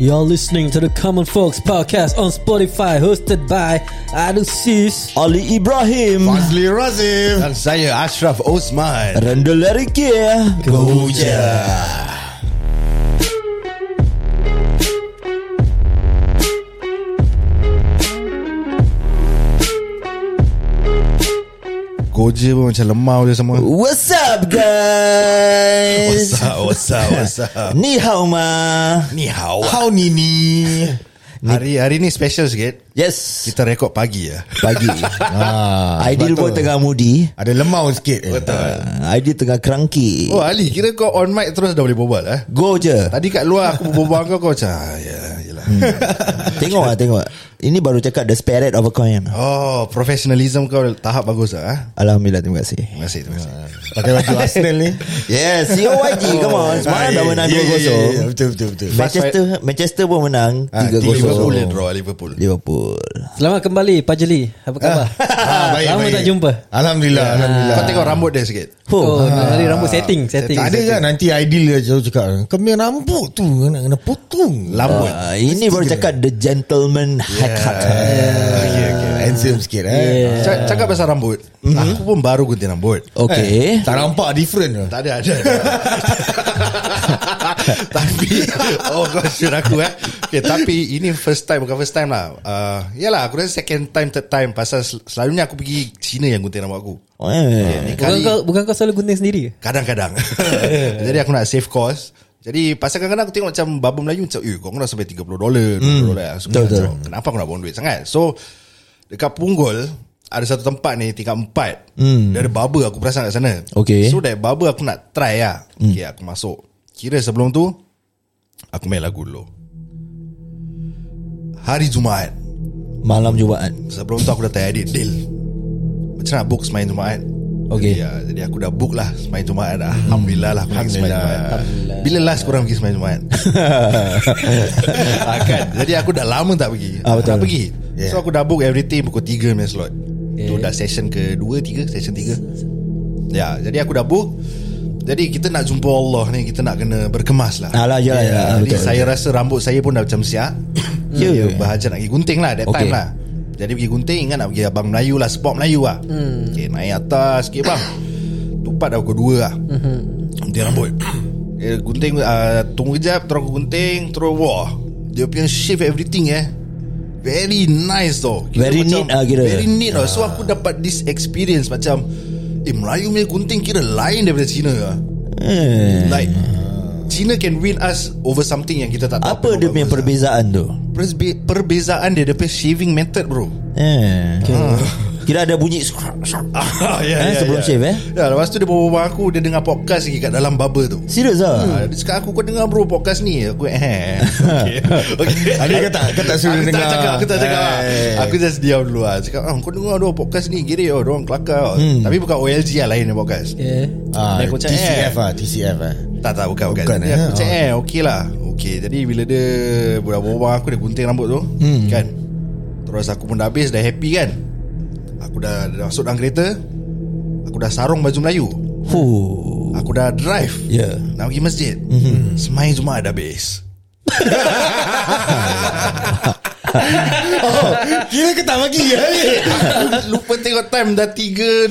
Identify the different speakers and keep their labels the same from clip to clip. Speaker 1: You're listening to the Common Folks podcast on Spotify, hosted by Adusis.
Speaker 2: Ali Ibrahim
Speaker 3: Fazli Razif
Speaker 4: Dan saya Ashraf Osman
Speaker 2: Randall Larikir
Speaker 4: Go je
Speaker 3: Goja pun macam lemau dia semua
Speaker 2: What's up guys
Speaker 4: What's up, what's up, what's up
Speaker 2: Ni hao ma
Speaker 4: Ni hao
Speaker 3: How ni ni
Speaker 4: Hari hari ni special sikit
Speaker 2: Yes
Speaker 4: Kita rekod pagi ya
Speaker 2: Pagi
Speaker 3: ha,
Speaker 2: Aidil pun tengah mudi
Speaker 3: Ada lemau sikit Betul
Speaker 2: Ah, Aidil tengah cranky
Speaker 4: ya. Oh Ali kira kau on mic terus dah boleh berbual eh
Speaker 2: Go je
Speaker 4: Tadi kat luar aku berbual dengan kau Kau macam ah, Yalah, yalah. Hmm.
Speaker 2: Tengok lah tengok Ini baru cakap The spirit of a coin
Speaker 4: Oh professionalism kau tahap bagus lah eh?
Speaker 2: Alhamdulillah terima kasih
Speaker 4: Terima kasih Terima kasih
Speaker 3: Pakai baju Arsenal ni
Speaker 2: Yes COYG come on Semalam dah menang 2-0
Speaker 3: Ya, ya, ya, ya. Betul betul betul
Speaker 2: Manchester Manchester pun menang
Speaker 4: Ah, Liverpool dia
Speaker 2: 3-0
Speaker 4: draw Liverpool
Speaker 2: Liverpool
Speaker 1: Selamat kembali, Pajeli. Apa khabar?
Speaker 3: Ah, baik,
Speaker 1: Lama
Speaker 3: baik.
Speaker 1: tak jumpa.
Speaker 3: Alhamdulillah Alhamdulillah
Speaker 4: Ah. Kau tengok rambut dia sikit
Speaker 1: Oh, hari rambut setting, setting.
Speaker 3: Tak ada kan nanti Aidil dia selalu cakap Kami rambut tu Nak kena potong
Speaker 4: Rambut
Speaker 2: Ah, Ini baru cakap The gentleman haircut
Speaker 3: okay, okay. Ah, Handsome sikit Hmm? eh
Speaker 1: Yeah.
Speaker 4: Ah, Cak- Cakap pasal rambut Aku pun baru gunting rambut
Speaker 2: Okay
Speaker 3: Eh, Tak nampak different
Speaker 4: Tak ada ada. ada. tapi Oh kau shoot aku eh okay, Tapi ini first time Bukan first time lah uh, Yalah aku rasa second time Third time Pasal sel- selalunya aku pergi Cina yang gunting rambut aku
Speaker 2: Eh,
Speaker 4: Ni
Speaker 1: Bukan
Speaker 4: kali
Speaker 1: kau, bukan kau selalu gunting sendiri ke?
Speaker 4: Kadang-kadang Jadi aku nak save cost jadi pasal kadang-kadang aku tengok macam Baba Melayu macam Eh kau kena sampai 30 dolar 20 dolar so,
Speaker 2: betul, Hmm. betul.
Speaker 4: Kenapa aku nak buang duit sangat So Dekat Punggol Ada satu tempat ni Tingkat 4
Speaker 2: Hmm.
Speaker 4: Dia ada barber aku perasan kat sana
Speaker 2: Okay.
Speaker 4: So that barber aku nak try lah
Speaker 2: Hmm.
Speaker 4: Okay aku masuk Kira sebelum tu Aku main lagu dulu Hari Jumaat
Speaker 2: Malam Jumaat
Speaker 4: Sebelum tu aku dah tanya Adit Dil Macam nak book semain Jumaat
Speaker 2: Okay.
Speaker 4: ya, Jadi aku dah book lah Semain Jumaat dah
Speaker 2: Hmm.
Speaker 4: Alhamdulillah lah Aku nak pergi semain Jumaat Bila last korang pergi semain Jumaat Ah, kan? Jadi aku dah lama tak pergi
Speaker 2: Ah,
Speaker 4: Aku
Speaker 2: betul.
Speaker 4: nak pergi So aku dah book everything Pukul 3 punya slot Tu dah session ke 2, 3 Session 3 Ya Jadi aku dah book jadi kita nak jumpa Allah ni Kita nak kena berkemas lah
Speaker 2: Alah, yalah,
Speaker 4: Ya,
Speaker 2: yalah,
Speaker 4: Jadi
Speaker 2: betul,
Speaker 4: saya rasa rambut saya pun dah macam siap
Speaker 2: Ya,
Speaker 4: Ya
Speaker 2: ya.
Speaker 4: yeah, Bahagian nak pergi gunting lah That
Speaker 2: Okay.
Speaker 4: time lah Jadi pergi gunting Ingat nak pergi abang Melayu lah Spot Melayu lah hmm. Okay naik atas sikit bang Tumpat dah pukul 2 lah
Speaker 2: Mhm.
Speaker 4: mm-hmm. Gunting rambut eh, Gunting uh, Tunggu kejap Terus aku gunting Terus wah Dia punya shift everything eh Very nice tau
Speaker 2: Very neat lah kira. Ah.
Speaker 4: Very neat tau So aku dapat this experience Macam Eh Melayu punya gunting Kira lain daripada Cina lah
Speaker 2: Eh,
Speaker 4: Like Cina can win us Over something yang kita tak tahu
Speaker 2: Apa dia punya
Speaker 4: bagus lah.
Speaker 2: perbezaan tu
Speaker 4: Persbe- Perbezaan dia Depan shaving method bro
Speaker 2: Eh. Kira ada bunyi scrap, scrap.
Speaker 4: ah, yeah,
Speaker 2: Eh, sebelum shave, eh?
Speaker 4: Ya, lepas tu dia bawa bawa aku Dia dengar podcast lagi Kat dalam barber tu
Speaker 2: Serius lah
Speaker 3: Hmm.
Speaker 4: Ah, Dia cakap aku Kau dengar bro podcast ni Aku eh Okay, okay.
Speaker 3: Ada ke tak? Kau tak suruh
Speaker 4: aku
Speaker 3: dengar.
Speaker 4: tak cakap, Aku tak cakap
Speaker 3: Eh.
Speaker 4: Aku just diam dulu lah Cakap ah, kau dengar dua podcast ni Giri oh, Diorang kelakar oh. Tapi bukan OLG lah Lain dia podcast
Speaker 1: Okay.
Speaker 3: ah,
Speaker 4: Dia kocak, eh.
Speaker 3: TCF lah TCF lah
Speaker 4: Tak tak bukan bukan,
Speaker 3: Bukan,
Speaker 4: Jadi
Speaker 3: eh?
Speaker 4: Aku cakap eh okey lah Okey jadi bila dia Budak bawa aku Dia gunting rambut tu hmm. Kan Terus aku pun dah habis Dah happy kan Aku dah, dah masuk dalam kereta Aku dah sarung baju Melayu
Speaker 2: Fuh.
Speaker 4: Aku dah drive
Speaker 2: Ya.
Speaker 4: Nak pergi masjid mm-hmm. Semai Jumaat dah habis
Speaker 3: Oh, Kira ke tak bagi ya?
Speaker 4: Lupa tengok time Dah 3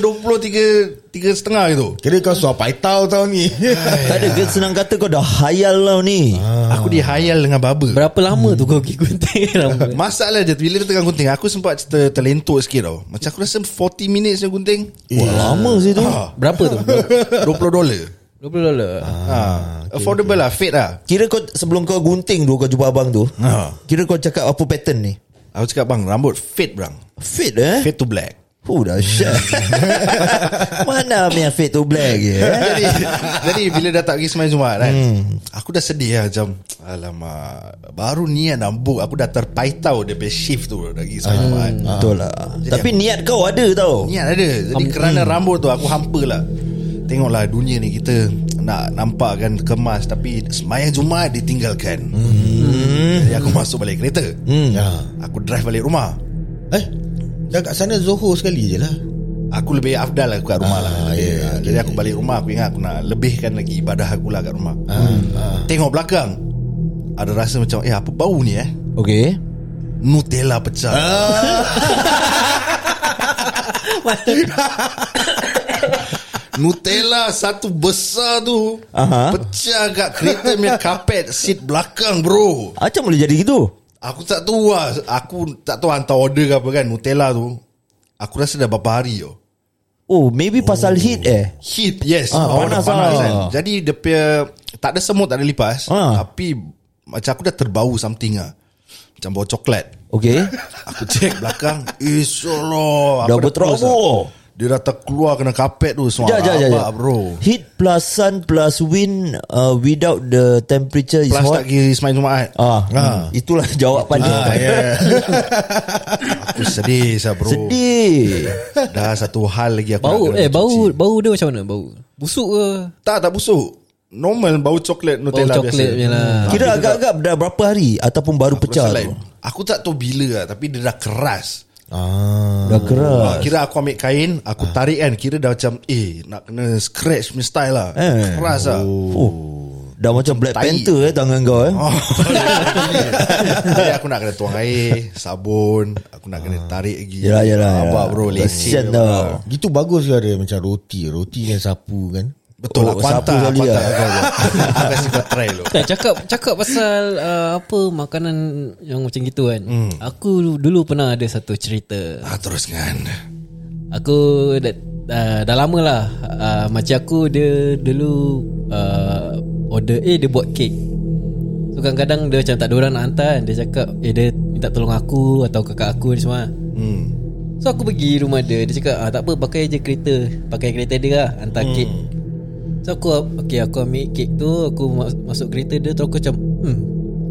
Speaker 4: 20 3 3 setengah gitu
Speaker 3: Kira kau suap paitau tau ni
Speaker 2: Tak ada ke senang kata kau dah hayal lah ni
Speaker 3: Ah.
Speaker 4: Aku dihayal dengan baba
Speaker 1: Berapa lama tu kau pergi gunting rambut?
Speaker 4: Masalah je Bila dia tengah gunting Aku sempat ter- terlentur sikit tau Macam aku rasa 40 minutes dia gunting
Speaker 2: Wah lama sih Eh, tu
Speaker 4: ah,
Speaker 1: Berapa tu?
Speaker 4: 20 dolar
Speaker 1: 20 dolar.
Speaker 4: Ah, affordable lah Fit lah
Speaker 2: Kira kau sebelum kau gunting dulu kau jumpa abang tu
Speaker 4: Ha.
Speaker 2: Kira kau cakap apa pattern ni
Speaker 4: Aku cakap bang Rambut fit bang
Speaker 2: Fit eh
Speaker 4: Fit to black
Speaker 2: Oh dahsyat Mana punya fit to black ya
Speaker 4: Eh, jadi, jadi bila dah tak pergi semain Jumaat kan Aku dah sedih lah macam Alamak Baru niat nak book Aku dah terpaitau Dia punya shift tu Dah pergi semain Jumaat
Speaker 2: Betul lah Tapi niat kau ada tau
Speaker 4: Niat ada Jadi kerana rambut tu Aku hampa lah Tengoklah dunia ni kita Nak nampakkan kemas Tapi semayang Jumaat ditinggalkan hmm. Jadi aku masuk balik kereta
Speaker 3: hmm. ya.
Speaker 4: Aku drive balik rumah
Speaker 3: Eh Dah kat sana Zohor sekali je lah
Speaker 4: Aku lebih afdal lah aku kat rumah lah Jadi,
Speaker 3: yeah,
Speaker 4: yeah, Jadi aku balik rumah Aku ingat aku nak lebihkan lagi Ibadah aku lah kat rumah Tengok Hmm. belakang Ada rasa macam Eh apa bau ni eh
Speaker 2: Okay
Speaker 4: Nutella pecah Nutella satu besar tu
Speaker 2: Aha.
Speaker 4: Pecah kat kereta punya kapet Seat belakang bro
Speaker 2: Macam boleh jadi gitu
Speaker 4: Aku tak tahu lah Aku tak tahu hantar order ke apa kan Nutella tu Aku rasa dah berapa hari tau
Speaker 2: Oh maybe pasal heat eh
Speaker 4: Heat yes
Speaker 2: Ah,
Speaker 4: Bawah dah
Speaker 2: panas lah.
Speaker 4: Jadi dia punya Tak ada semut Tak ada lipas
Speaker 2: Ah.
Speaker 4: Tapi Macam aku dah terbau something lah Macam bau coklat
Speaker 2: Okay
Speaker 4: Aku cek belakang Isolah
Speaker 2: Dah
Speaker 4: Aku
Speaker 2: berterabur.
Speaker 4: close lah. Dia dah terkeluar Kena kapet tu Semua
Speaker 2: Sekejap, sekejap, sekejap, sekejap.
Speaker 4: bro
Speaker 2: Heat plus sun plus wind uh, without the temperature is
Speaker 4: Plus
Speaker 2: hot.
Speaker 4: tak kira Ismail Jumaat Ha.
Speaker 2: Ah, hmm. itulah jawapan dia.
Speaker 4: Ah,
Speaker 3: ya.
Speaker 4: yeah. Aku sedih sah bro
Speaker 2: Sedih.
Speaker 4: Dah satu hal lagi aku
Speaker 1: Bau
Speaker 4: nak kena
Speaker 1: eh bau
Speaker 4: cuci.
Speaker 1: bau dia macam mana bau? Busuk ke?
Speaker 4: Tak tak busuk Normal bau coklat
Speaker 1: Bau
Speaker 4: Nutella
Speaker 1: coklat
Speaker 4: biasa Ah,
Speaker 1: je lah.
Speaker 3: Ah,
Speaker 2: Kira agak-agak dah berapa hari ataupun baru
Speaker 4: Aku rasa
Speaker 2: pecah
Speaker 4: lain.
Speaker 2: tu.
Speaker 4: Aku tak tahu bila lah Tapi dia dah keras
Speaker 3: Ah.
Speaker 2: Dah
Speaker 4: Ah,
Speaker 2: keras.
Speaker 4: Kira aku ambil kain
Speaker 2: Ah.
Speaker 4: Aku tarik kan Kira dah macam Eh nak kena scratch punya style lah
Speaker 2: Eh.
Speaker 4: Keras lah
Speaker 2: Oh. Dah macam Black
Speaker 4: Tai.
Speaker 2: Panther eh tangan kau eh.
Speaker 3: Ah.
Speaker 4: Oh. Jadi aku nak kena tuang air Sabun Aku nak kena tarik lagi
Speaker 2: Ah. Yalah yalah.
Speaker 4: Abah
Speaker 2: yalah.
Speaker 4: bro
Speaker 2: Kesian
Speaker 4: Leceh
Speaker 2: tau.
Speaker 3: Ah. Gitu bagus lah dia Macam roti Roti dengan sapu kan
Speaker 4: Betul lah
Speaker 2: Oh,
Speaker 4: Aku
Speaker 2: sapu
Speaker 4: hantar Aku
Speaker 2: kali
Speaker 4: hantar
Speaker 2: lah.
Speaker 4: kau, bro. Aku kasi kau try dulu
Speaker 1: Tak Kan, cakap cakap pasal uh, apa makanan yang macam gitu kan. Aku dulu pernah ada satu cerita.
Speaker 4: ah, Teruskan
Speaker 1: Aku dah, uh, dah lama lah uh, Makcik aku dia dulu uh, Order eh dia buat kek So kadang-kadang dia macam tak ada orang nak hantar kan. Dia cakap eh dia minta tolong aku Atau kakak aku ni semua
Speaker 4: hmm.
Speaker 1: So aku pergi rumah dia Dia cakap ah, tak apa pakai je kereta Pakai kereta dia lah hantar hmm. kek So aku okay, aku ambil kek tu Aku mas- masuk kereta dia Terus aku macam hmm,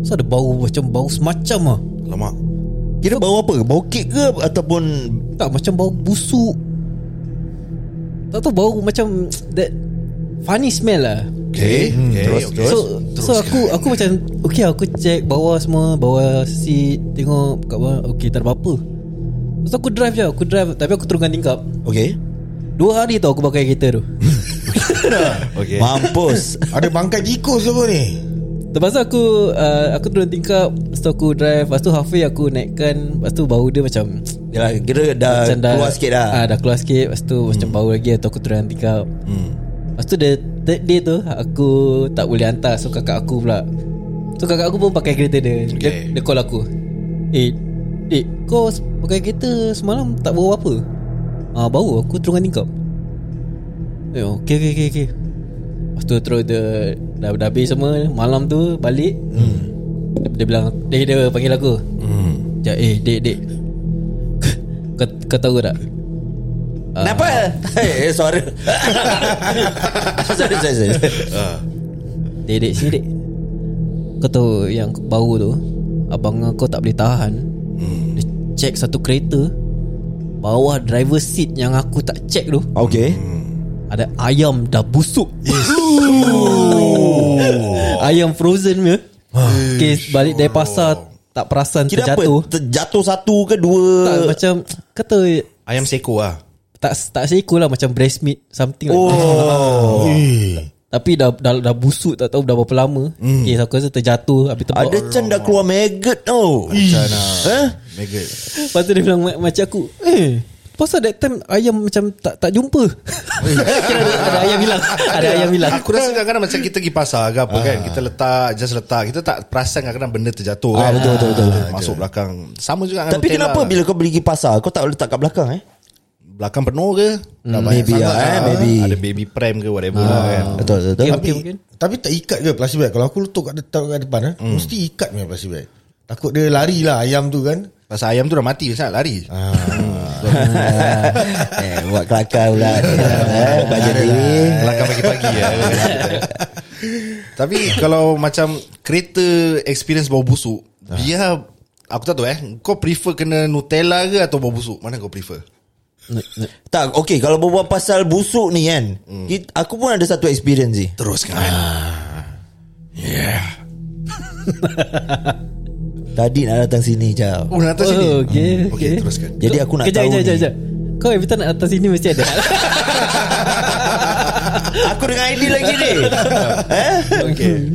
Speaker 1: So ada bau macam bau semacam lah
Speaker 4: Alamak
Speaker 2: Kira bau apa? Bau kek ke ataupun
Speaker 1: Tak macam bau busuk Tak tahu bau macam That Funny smell lah
Speaker 4: Okay, okay.
Speaker 2: Hmm, terus,
Speaker 4: okay.
Speaker 2: terus.
Speaker 1: So So aku Aku macam Okay aku check bawah semua Bawah seat Tengok kat bawah Okay tak ada apa-apa So aku drive je Aku drive Tapi aku turunkan tingkap
Speaker 2: okey.
Speaker 1: Dua hari tau aku pakai kereta tu
Speaker 4: okay.
Speaker 2: Mampus.
Speaker 3: Ada bangkai tikus apa ni
Speaker 1: Lepas tu aku uh, Aku turun tingkap Lepas tu aku drive Lepas tu halfway aku naikkan Lepas tu bau dia macam
Speaker 2: Yalah, kira dah
Speaker 1: macam
Speaker 2: keluar sikit lah. dah.
Speaker 1: ah, Dah keluar sikit Lepas tu macam bau lagi Atau aku turun tingkap
Speaker 4: hmm.
Speaker 1: Lepas tu the third day tu Aku tak boleh hantar So kakak aku pula So kakak aku pun pakai kereta dia okay. dia,
Speaker 4: Okay.
Speaker 1: dia call aku Eh Eh kau s- pakai kereta semalam tak bau apa Ah Bau aku turunkan tingkap Eh okay okay okay, okay. Lepas tu terus dia Dah, dah habis semua Malam tu balik hmm. dia, dia bilang Dia, dia panggil aku
Speaker 4: Hmm.
Speaker 1: Sekejap eh dek dek kau, kau tahu tak
Speaker 2: Kenapa?
Speaker 3: Ah.
Speaker 2: Eh, eh, suara. sorry, sorry, sorry.
Speaker 1: Dek dek sini dek Kau tahu yang bau tu Abang kau tak boleh tahan Dia check satu kereta Bawah driver seat yang aku tak check tu
Speaker 2: Okey.
Speaker 1: Ada ayam dah busuk Ayam frozen punya Kes balik dari pasar Tak perasan
Speaker 2: Kira apa?
Speaker 1: terjatuh
Speaker 2: Terjatuh satu ke dua?
Speaker 1: Tak macam Kata
Speaker 4: Ayam seko lah
Speaker 1: Tak tak seekor lah Macam breast meat Something like that.
Speaker 2: Oh.
Speaker 3: Eh
Speaker 1: Tapi dah, dah, dah busuk tak tahu dah berapa lama mm. Kes aku rasa terjatuh Habis tempat
Speaker 2: Hmm. Ada can dah keluar maggot tau. Eh?
Speaker 4: Maggot
Speaker 1: Lepas tu dia bilang ma- Macam aku Eh Pasal that time Ayam macam tak tak jumpa
Speaker 2: Eh.
Speaker 1: Kira ada, ada ayam hilang Ada ayam
Speaker 2: lah.
Speaker 1: hilang
Speaker 4: Aku rasa kadang-kadang macam kita pergi pasar ke apa kan Kita letak Just letak Kita tak perasan kadang-kadang benda terjatuh kan
Speaker 2: Ah, betul, betul, betul.
Speaker 4: Masuk belakang Sama juga dengan
Speaker 2: Tapi
Speaker 4: Nutella.
Speaker 2: kenapa bila kau pergi pasar kau tak letak kat belakang eh?
Speaker 4: Belakang penuh ke Dah
Speaker 2: Hmm,
Speaker 4: banyak
Speaker 2: maybe
Speaker 4: sangat
Speaker 2: lah, eh,
Speaker 4: lah.
Speaker 2: maybe. Ah.
Speaker 4: Ada baby pram ke whatever lah kan
Speaker 2: Betul betul. betul.
Speaker 1: Okay,
Speaker 2: Tapi-
Speaker 1: okay, mungkin
Speaker 3: Tapi tak ikat ke plastik bag Kalau aku letak kat, taruh kat depan eh, Mesti ikat punya plastik bag Takut dia lari lah ayam tu kan
Speaker 4: Pasal ayam tu dah mati Pasal lari
Speaker 2: Ah. eh, buat kelakar pula. eh, buat jadi.
Speaker 4: Belakang pagi-pagi ya. Tapi kalau macam Kereta experience bau busuk
Speaker 2: Ah.
Speaker 4: Biar Aku tak tahu eh Kau prefer kena Nutella ke Atau bau busuk Mana kau prefer
Speaker 2: Tak, okey kalau berbual pasal busuk ni kan. Kita, aku pun ada satu experience ni.
Speaker 4: Teruskan ah. Yeah
Speaker 2: Tadi nak datang sini jauh.
Speaker 4: Oh nak atas sini
Speaker 1: Oh, okay, okay.
Speaker 4: okay teruskan
Speaker 2: Jadi aku nak
Speaker 1: kejap,
Speaker 2: tahu
Speaker 1: kejap,
Speaker 2: ni.
Speaker 1: kejap, kejap. Kau every time nak atas sini Mesti ada
Speaker 2: Aku dengan ID lagi ni. eh?
Speaker 4: Okay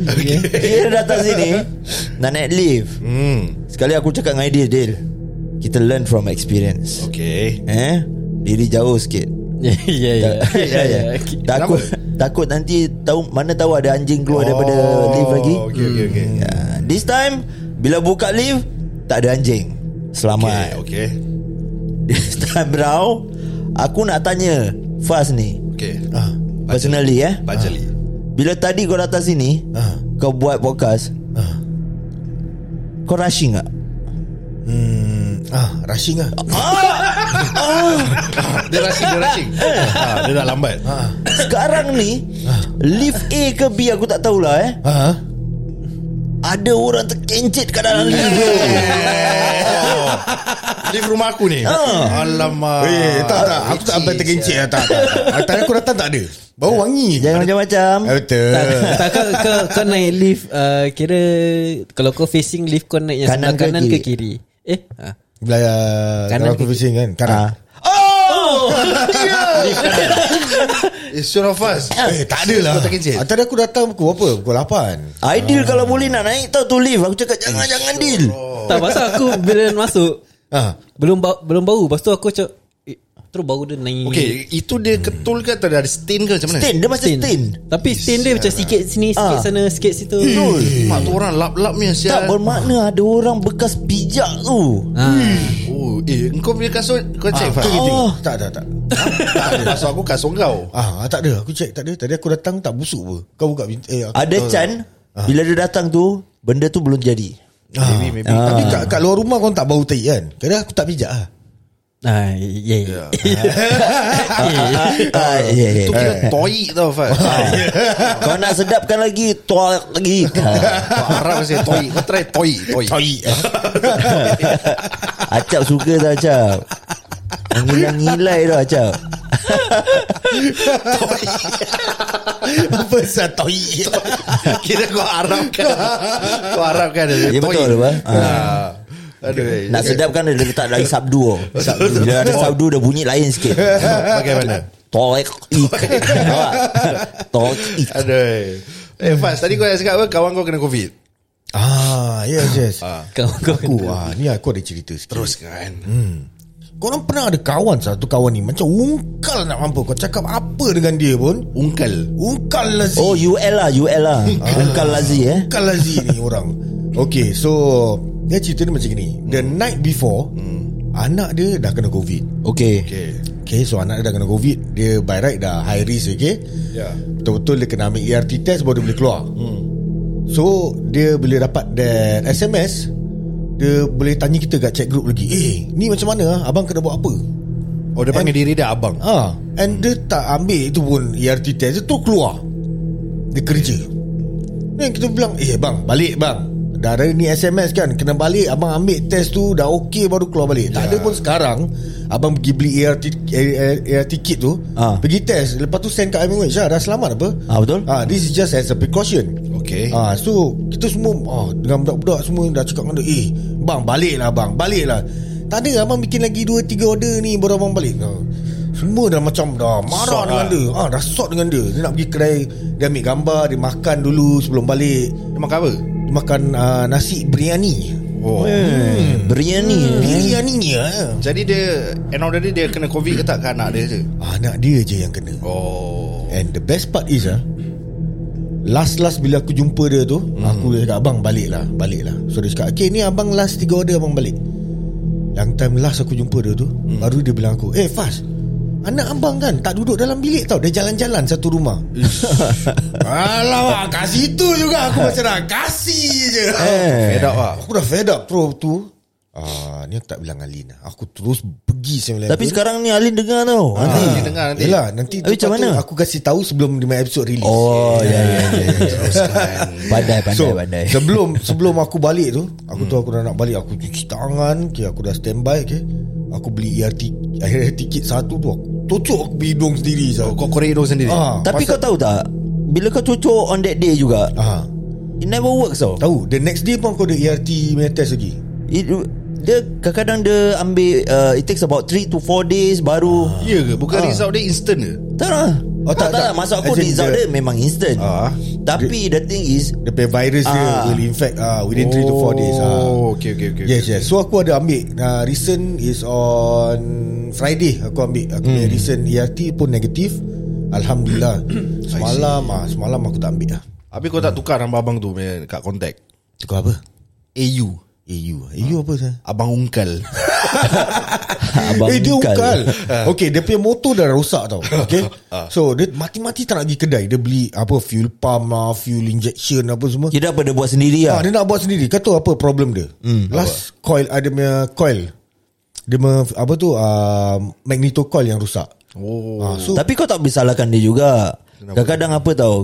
Speaker 2: Dia datang sini Nak naik lift
Speaker 4: Hmm
Speaker 2: Sekali aku cakap dengan Aidil Dil Kita learn from experience
Speaker 4: Okay
Speaker 2: Eh Diri jauh sikit
Speaker 1: Ya ya ya.
Speaker 2: ya, ya. Takut Takut nanti tahu Mana tahu ada anjing keluar daripada
Speaker 4: Oh,
Speaker 2: lift lagi
Speaker 4: Okay okay okay
Speaker 3: Hmm,
Speaker 2: ya. This time Bila buka lift Tak ada anjing
Speaker 4: Okay,
Speaker 2: Selamat
Speaker 4: okay.
Speaker 2: This time round Aku nak tanya Faz ni
Speaker 4: okay.
Speaker 2: ah, Personally eh
Speaker 4: Bajali
Speaker 2: Bila tadi kau datang sini
Speaker 4: Ha.
Speaker 3: Ah.
Speaker 2: Kau buat podcast Kau rushing tak?
Speaker 3: Hmm, ah, rushing lah
Speaker 4: Dia rushing Dia rushing
Speaker 3: Eh.
Speaker 4: ha, Dia dah lambat
Speaker 3: Ah.
Speaker 4: ha.
Speaker 2: Sekarang ni Lift A ke B aku tak tahulah eh
Speaker 4: Ha.
Speaker 3: ah.
Speaker 2: Ada orang terkencit kat dalam
Speaker 4: Ya.
Speaker 2: lift tu
Speaker 4: Lift Eh. Oh. rumah aku ni Alamak
Speaker 3: Ah. Eh, tak tak Aku tak sampai terkencit lah Tak tak, tak Tadi aku datang tak ada Bau wangi je
Speaker 2: Jangan macam-macam
Speaker 3: Ah, Betul
Speaker 1: Tak kau, kau, kau naik lift uh, Kira Kalau kau facing lift Kau naik yang
Speaker 2: Kanan
Speaker 1: kanan, kanan
Speaker 2: ke kiri?
Speaker 1: ke kiri Eh ha.
Speaker 3: Belah
Speaker 1: Kanan
Speaker 3: Kalau aku
Speaker 1: ke-
Speaker 3: pusing kan Kanan
Speaker 2: Ha.
Speaker 4: It's sure of us
Speaker 3: Eh tak ada lah
Speaker 4: Kau terkencit
Speaker 3: Ah, Tadi aku datang pukul berapa? Pukul 8
Speaker 2: Ideal kalau boleh nak naik tau tu lift Aku cakap jangan-jangan deal
Speaker 1: Tak pasal aku Bila masuk
Speaker 3: Ah,
Speaker 1: Belum ba- belum bau Lepas tu aku macam eh, Terus bau dia naik
Speaker 4: Okay Itu dia ketul ke Atau ada stain ke macam mana
Speaker 2: Stain Dia macam
Speaker 1: Stain.
Speaker 2: stain
Speaker 1: Tapi stain dia macam sikit sini Sikit
Speaker 2: Ah.
Speaker 1: sana Sikit situ
Speaker 4: Eh. Mak tu orang lap-lap ni
Speaker 2: Tak
Speaker 4: Sial
Speaker 2: bermakna ada orang bekas pijak tu
Speaker 1: ha.
Speaker 4: Oh, eh, kau punya kasut Kau
Speaker 3: ah,
Speaker 4: cek Fah
Speaker 3: tu, tu, tu.
Speaker 2: Oh.
Speaker 3: Tak tak tak
Speaker 4: Tak ada Maksud aku kasut kau
Speaker 3: Ah, tak ada aku check tak ada Tadi aku datang tak busuk pun Kau buka pintu eh, aku,
Speaker 2: Ada Chan Bila dia datang tu Benda tu belum jadi
Speaker 3: ah,
Speaker 4: Maybe, maybe.
Speaker 3: Tapi kat, kat luar rumah kau tak bau tai kan Kadang aku tak pijak lah
Speaker 1: Ah, yeah. yeah.
Speaker 2: Ya.
Speaker 3: Eh.
Speaker 2: Ah, ya, ya. Ah.
Speaker 4: Itu kira toik tau Ah, Fah
Speaker 2: Kau nak sedapkan lagi Tuak lagi Ah.
Speaker 4: Kau Arab saya toik Kau try toik Toik
Speaker 3: Tai
Speaker 2: Acap suka tau Acap Mengilai-ngilai tau Acap
Speaker 3: Apa sah tai
Speaker 4: Kira kau Arab kan Kau Arab kan
Speaker 2: Ya betul apa? Ah.
Speaker 4: Aduh eh.
Speaker 2: Nak sedapkan dia letak lagi sabdu tau.
Speaker 4: Sabdu.
Speaker 2: Bila ada sabdu Dia bunyi lain sikit
Speaker 4: Bagaimana
Speaker 2: Toek ik Nampak? Toek ik
Speaker 4: Aduh Eh Fas Tadi kau dah cakap apa Kawan kau kena covid
Speaker 3: Ah yes yes ah.
Speaker 1: Kau kau
Speaker 3: Aku ah, Ni aku ada cerita sikit
Speaker 4: kan
Speaker 2: Hmm.
Speaker 3: Kau orang pernah ada kawan Satu kawan ni Macam ungkal nak mampu Kau cakap apa dengan dia pun
Speaker 4: Ungkal
Speaker 3: Ungkal lah si
Speaker 2: Oh UL lah UL lah Ungkal Lazi eh
Speaker 3: Ungkal lah si ni orang Okay so Dia cerita dia macam ni The night before Anak dia dah kena covid
Speaker 2: Okay
Speaker 4: Okay
Speaker 3: Okay so anak dia dah kena covid Dia by right dah high risk okay
Speaker 4: Ya
Speaker 3: Betul-betul dia kena ambil ERT test Baru dia boleh keluar So Dia bila dapat that SMS Dia boleh tanya kita kat chat group lagi Eh ni macam mana ah? Abang kena buat apa
Speaker 4: Oh dia panggil diri dia abang
Speaker 3: Ah, And dia tak ambil itu pun ERT test Dia tu keluar Dia kerja Dan kita bilang Eh bang balik bang Dah ada ni SMS kan Kena balik Abang ambil test tu Dah okey baru keluar balik Tak ada pun sekarang Abang pergi beli E ERT eh, eh, ERT kit tu
Speaker 2: Ah.
Speaker 3: Pergi test Lepas tu send kat MOH lah, Dah selamat apa
Speaker 2: Ah, betul.
Speaker 3: ah, This is just as a precaution
Speaker 4: Okay
Speaker 3: Ah, so kita semua ah, dengan budak-budak semua dah cakap dengan dia, "Eh, bang, baliklah bang, baliklah." Tak ada abang bikin lagi 2 3 order ni baru abang balik. Ah. Semua dah macam dah marah
Speaker 4: Sot
Speaker 3: dengan
Speaker 4: lah.
Speaker 3: dia. Ah, dah sot dengan dia. Dia nak pergi kedai, dia ambil gambar, dia makan dulu sebelum balik.
Speaker 4: Dia makan apa
Speaker 3: Dia makan ah, nasi biryani.
Speaker 4: Oh
Speaker 2: ya, Biryani eh.
Speaker 3: Biryani ni ah.
Speaker 4: Jadi dia End of the day dia kena covid ke tak Ke anak dia je
Speaker 3: Ah, Anak dia je yang kena.
Speaker 4: Oh
Speaker 3: And the best part is ah Last-last bila aku jumpa dia tu
Speaker 4: Hmm.
Speaker 3: mm. Aku dia cakap Abang balik lah Balik lah So dia cakap Okay ni abang last tiga order Abang balik Yang time last aku jumpa dia tu
Speaker 4: Hmm.
Speaker 3: mm. Baru dia bilang aku Eh Faz Anak abang kan Tak duduk dalam bilik tau Dia jalan-jalan satu rumah Alamak Kat situ juga Aku macam dah Kasih je
Speaker 4: Fed up lah
Speaker 3: Aku dah fed up bro tu Ah, ni aku tak bilang Alin lah. Aku terus pergi sembilan
Speaker 2: Tapi sekarang ni Alin dengar tau
Speaker 4: Ah, Dia dengar nanti
Speaker 3: Yelah nanti
Speaker 2: Habis macam
Speaker 3: lepas tu
Speaker 2: mana?
Speaker 3: Aku kasih tahu sebelum Dia episode release
Speaker 2: Oh ya ya ya Pandai pandai
Speaker 3: so,
Speaker 2: pandai
Speaker 3: Sebelum sebelum aku balik tu Aku
Speaker 4: Hmm.
Speaker 3: tu aku dah nak balik Aku cuci tangan okay, Aku dah standby okay. Aku beli ERT ERT tiket satu tu Aku tocok aku beli hidung sendiri
Speaker 4: Oh,
Speaker 3: so.
Speaker 4: Kau korek hidung sendiri
Speaker 3: Ah,
Speaker 2: Tapi
Speaker 3: pasal-
Speaker 2: kau tahu tak Bila kau cocok on that day juga
Speaker 3: ah,
Speaker 2: It never works tau
Speaker 3: Tahu The next day pun aku ada ERT punya test lagi
Speaker 2: It, dia kadang-kadang dia ambil uh, It takes about 3 to 4 days baru
Speaker 4: Ah.
Speaker 2: Ah.
Speaker 4: Ya ke? Bukan result dia instant ke?
Speaker 2: Tak lah Oh tak, tak, tak, Maksud aku
Speaker 3: As in
Speaker 2: result
Speaker 3: the-
Speaker 2: dia memang instant
Speaker 4: Ah.
Speaker 2: Tapi the thing is
Speaker 3: Dia punya virus dia
Speaker 2: Ah.
Speaker 3: Will infect ah, Within 3 to 4 days ah.
Speaker 4: Oh okay okay okay
Speaker 3: Yes yes So aku ada ambil uh, Recent is on Friday Aku ambil Aku
Speaker 4: Hmm.
Speaker 3: punya recent ERT pun negatif Alhamdulillah Semalam ah, Semalam aku tak ambil lah
Speaker 4: Habis kau tak tukar nama abang tu punya Kat kontak
Speaker 3: Tukar apa?
Speaker 4: AU
Speaker 3: AU AU apa saya?
Speaker 4: Abang Ungkal
Speaker 1: Abang
Speaker 3: eh dia
Speaker 1: Ungkal.
Speaker 3: ukal
Speaker 4: Ah.
Speaker 3: Okay dia punya motor dah rosak tau Okay So dia mati-mati tak nak pergi kedai Dia beli apa Fuel pump lah Fuel injection apa semua
Speaker 2: Kira apa dia buat sendiri lah
Speaker 3: Ah, dia nak buat sendiri. Kau tahu apa problem dia? Hmm, Last apa? coil ada punya coil. Dia punya apa tu uh, magneto coil yang rosak.
Speaker 4: Oh
Speaker 3: Ah, so
Speaker 2: Tapi kau tak boleh salahkan dia juga Kadang-kadang apa tau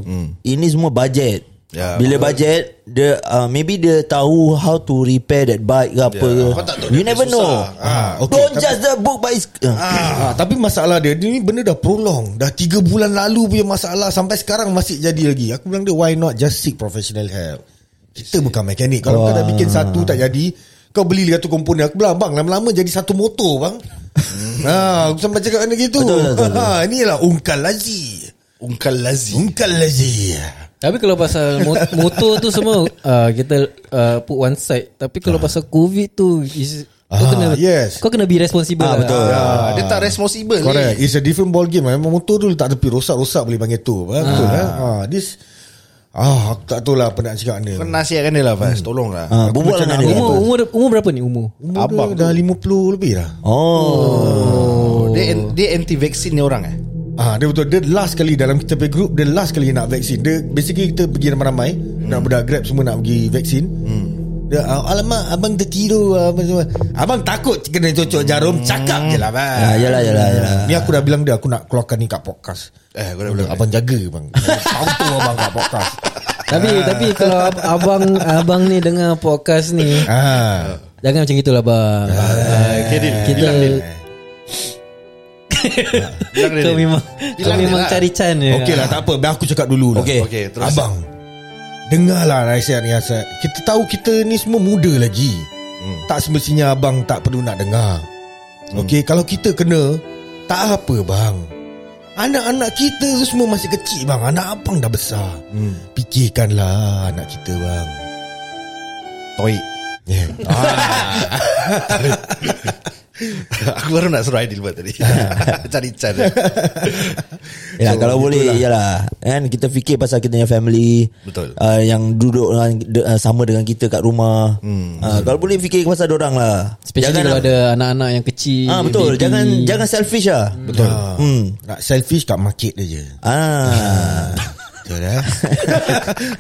Speaker 2: Ini semua budget
Speaker 4: Hmm. Ya,
Speaker 2: Bila
Speaker 4: betul.
Speaker 2: budget dia uh, Maybe dia tahu How to repair that bike ke apa
Speaker 4: Ya,
Speaker 2: ke.
Speaker 4: kau tak tahu
Speaker 2: You
Speaker 4: dia
Speaker 2: never
Speaker 4: susah.
Speaker 2: know
Speaker 3: Ah, okay,
Speaker 2: Don't
Speaker 3: tapi-
Speaker 2: judge the book by its ah.
Speaker 3: ah, tapi masalah dia dia ni benda dah prolong. Dah 3 bulan lalu punya masalah sampai sekarang masih jadi lagi. Aku bilang dia why not just seek professional help. Kita bukan mekanik. Kalau kau dah bikin satu tak jadi, kau beli lagi satu komponen. Aku bilang bang lama-lama jadi satu motor bang. ha, aku sampai cakap kena
Speaker 2: Hmm.
Speaker 3: gitu.
Speaker 2: Betul, betul, betul.
Speaker 3: Ha, inilah ungkal lazi.
Speaker 4: Ungkal Lazi
Speaker 3: Ungkal lazi.
Speaker 1: Tapi kalau pasal mo- motor tu semua uh, Kita uh, put one side Tapi kalau
Speaker 2: Ah.
Speaker 1: pasal covid tu is, Kau
Speaker 3: Ah,
Speaker 1: kena
Speaker 3: yes.
Speaker 1: Kau kena be responsible
Speaker 2: Ah,
Speaker 1: lah.
Speaker 2: betul.
Speaker 4: ah, Dia tak responsible
Speaker 3: Correct. It's a different ball game. Memang motor tu letak tepi rosak-rosak boleh panggil tu. Ha. Betul ha. ha. This ah aku tak tahu lah apa nak cakap ni.
Speaker 4: ni. Kau nasihatkan dia lah Faz Tolong lah
Speaker 2: Ah, Berbual dengan dia
Speaker 1: Umur, umur umur berapa ni umur?
Speaker 3: Umur
Speaker 4: Abang
Speaker 3: abang dah 50 lebih dah.
Speaker 2: Oh
Speaker 4: oh. Dia, dia anti-vaksin ni orang eh
Speaker 3: Ah dia betul dia last kali dalam kita pay group dia last kali nak vaksin. Dia basically kita pergi ramai-ramai nak budak Grab semua nak pergi vaksin. Hmm. Dia ah, alamak abang tertidur ah, apa semua. Abang takut kena cocok jarum cakap je lah bang.
Speaker 2: Ah, yalah, yalah, yalah.
Speaker 3: Ni aku dah bilang dia aku nak keluarkan ni kat podcast.
Speaker 4: Eh kau dah
Speaker 3: Abang, abang jaga bang. Tahu tu abang kat podcast.
Speaker 1: Tapi tapi kalau ab- abang abang ni dengar podcast ni
Speaker 3: Ah.
Speaker 1: jangan macam gitulah bang. Eh,
Speaker 4: Okay Din
Speaker 1: Kita
Speaker 4: Bilang Din Bilang dia
Speaker 1: kau
Speaker 4: Din.
Speaker 1: memang kau
Speaker 4: Bilang dia
Speaker 1: memang
Speaker 4: lah.
Speaker 1: cari ya. can je.
Speaker 3: Okey lah tak apa Biar aku cakap dulu lah
Speaker 2: Okey.
Speaker 4: Okey, terus.
Speaker 3: Abang Dengarlah nasihat ni Hassan Kita tahu kita ni semua muda lagi hmm. Tak semestinya abang tak perlu nak dengar hmm. Okey kalau kita kena Tak apa bang Anak-anak kita tu semua masih kecil bang Anak abang dah besar hmm. Fikirkanlah anak kita bang
Speaker 4: Toik
Speaker 3: yeah.
Speaker 4: Ah. Aku baru nak suruh Aidil buat tadi Cari can
Speaker 2: Yalah, so, kalau boleh lah. Yalah kan, Kita fikir pasal kita punya family
Speaker 4: Betul.
Speaker 2: uh, Yang duduk dengan, de, uh, Sama dengan kita kat rumah hmm, uh, Kalau boleh fikir pasal orang lah
Speaker 1: Especially kalau ada anak-anak yang kecil.
Speaker 2: ah, Betul
Speaker 1: baby.
Speaker 2: Jangan jangan selfish lah
Speaker 3: Betul hmm. Nak selfish kat market dia je
Speaker 2: Ah,
Speaker 3: Betul eh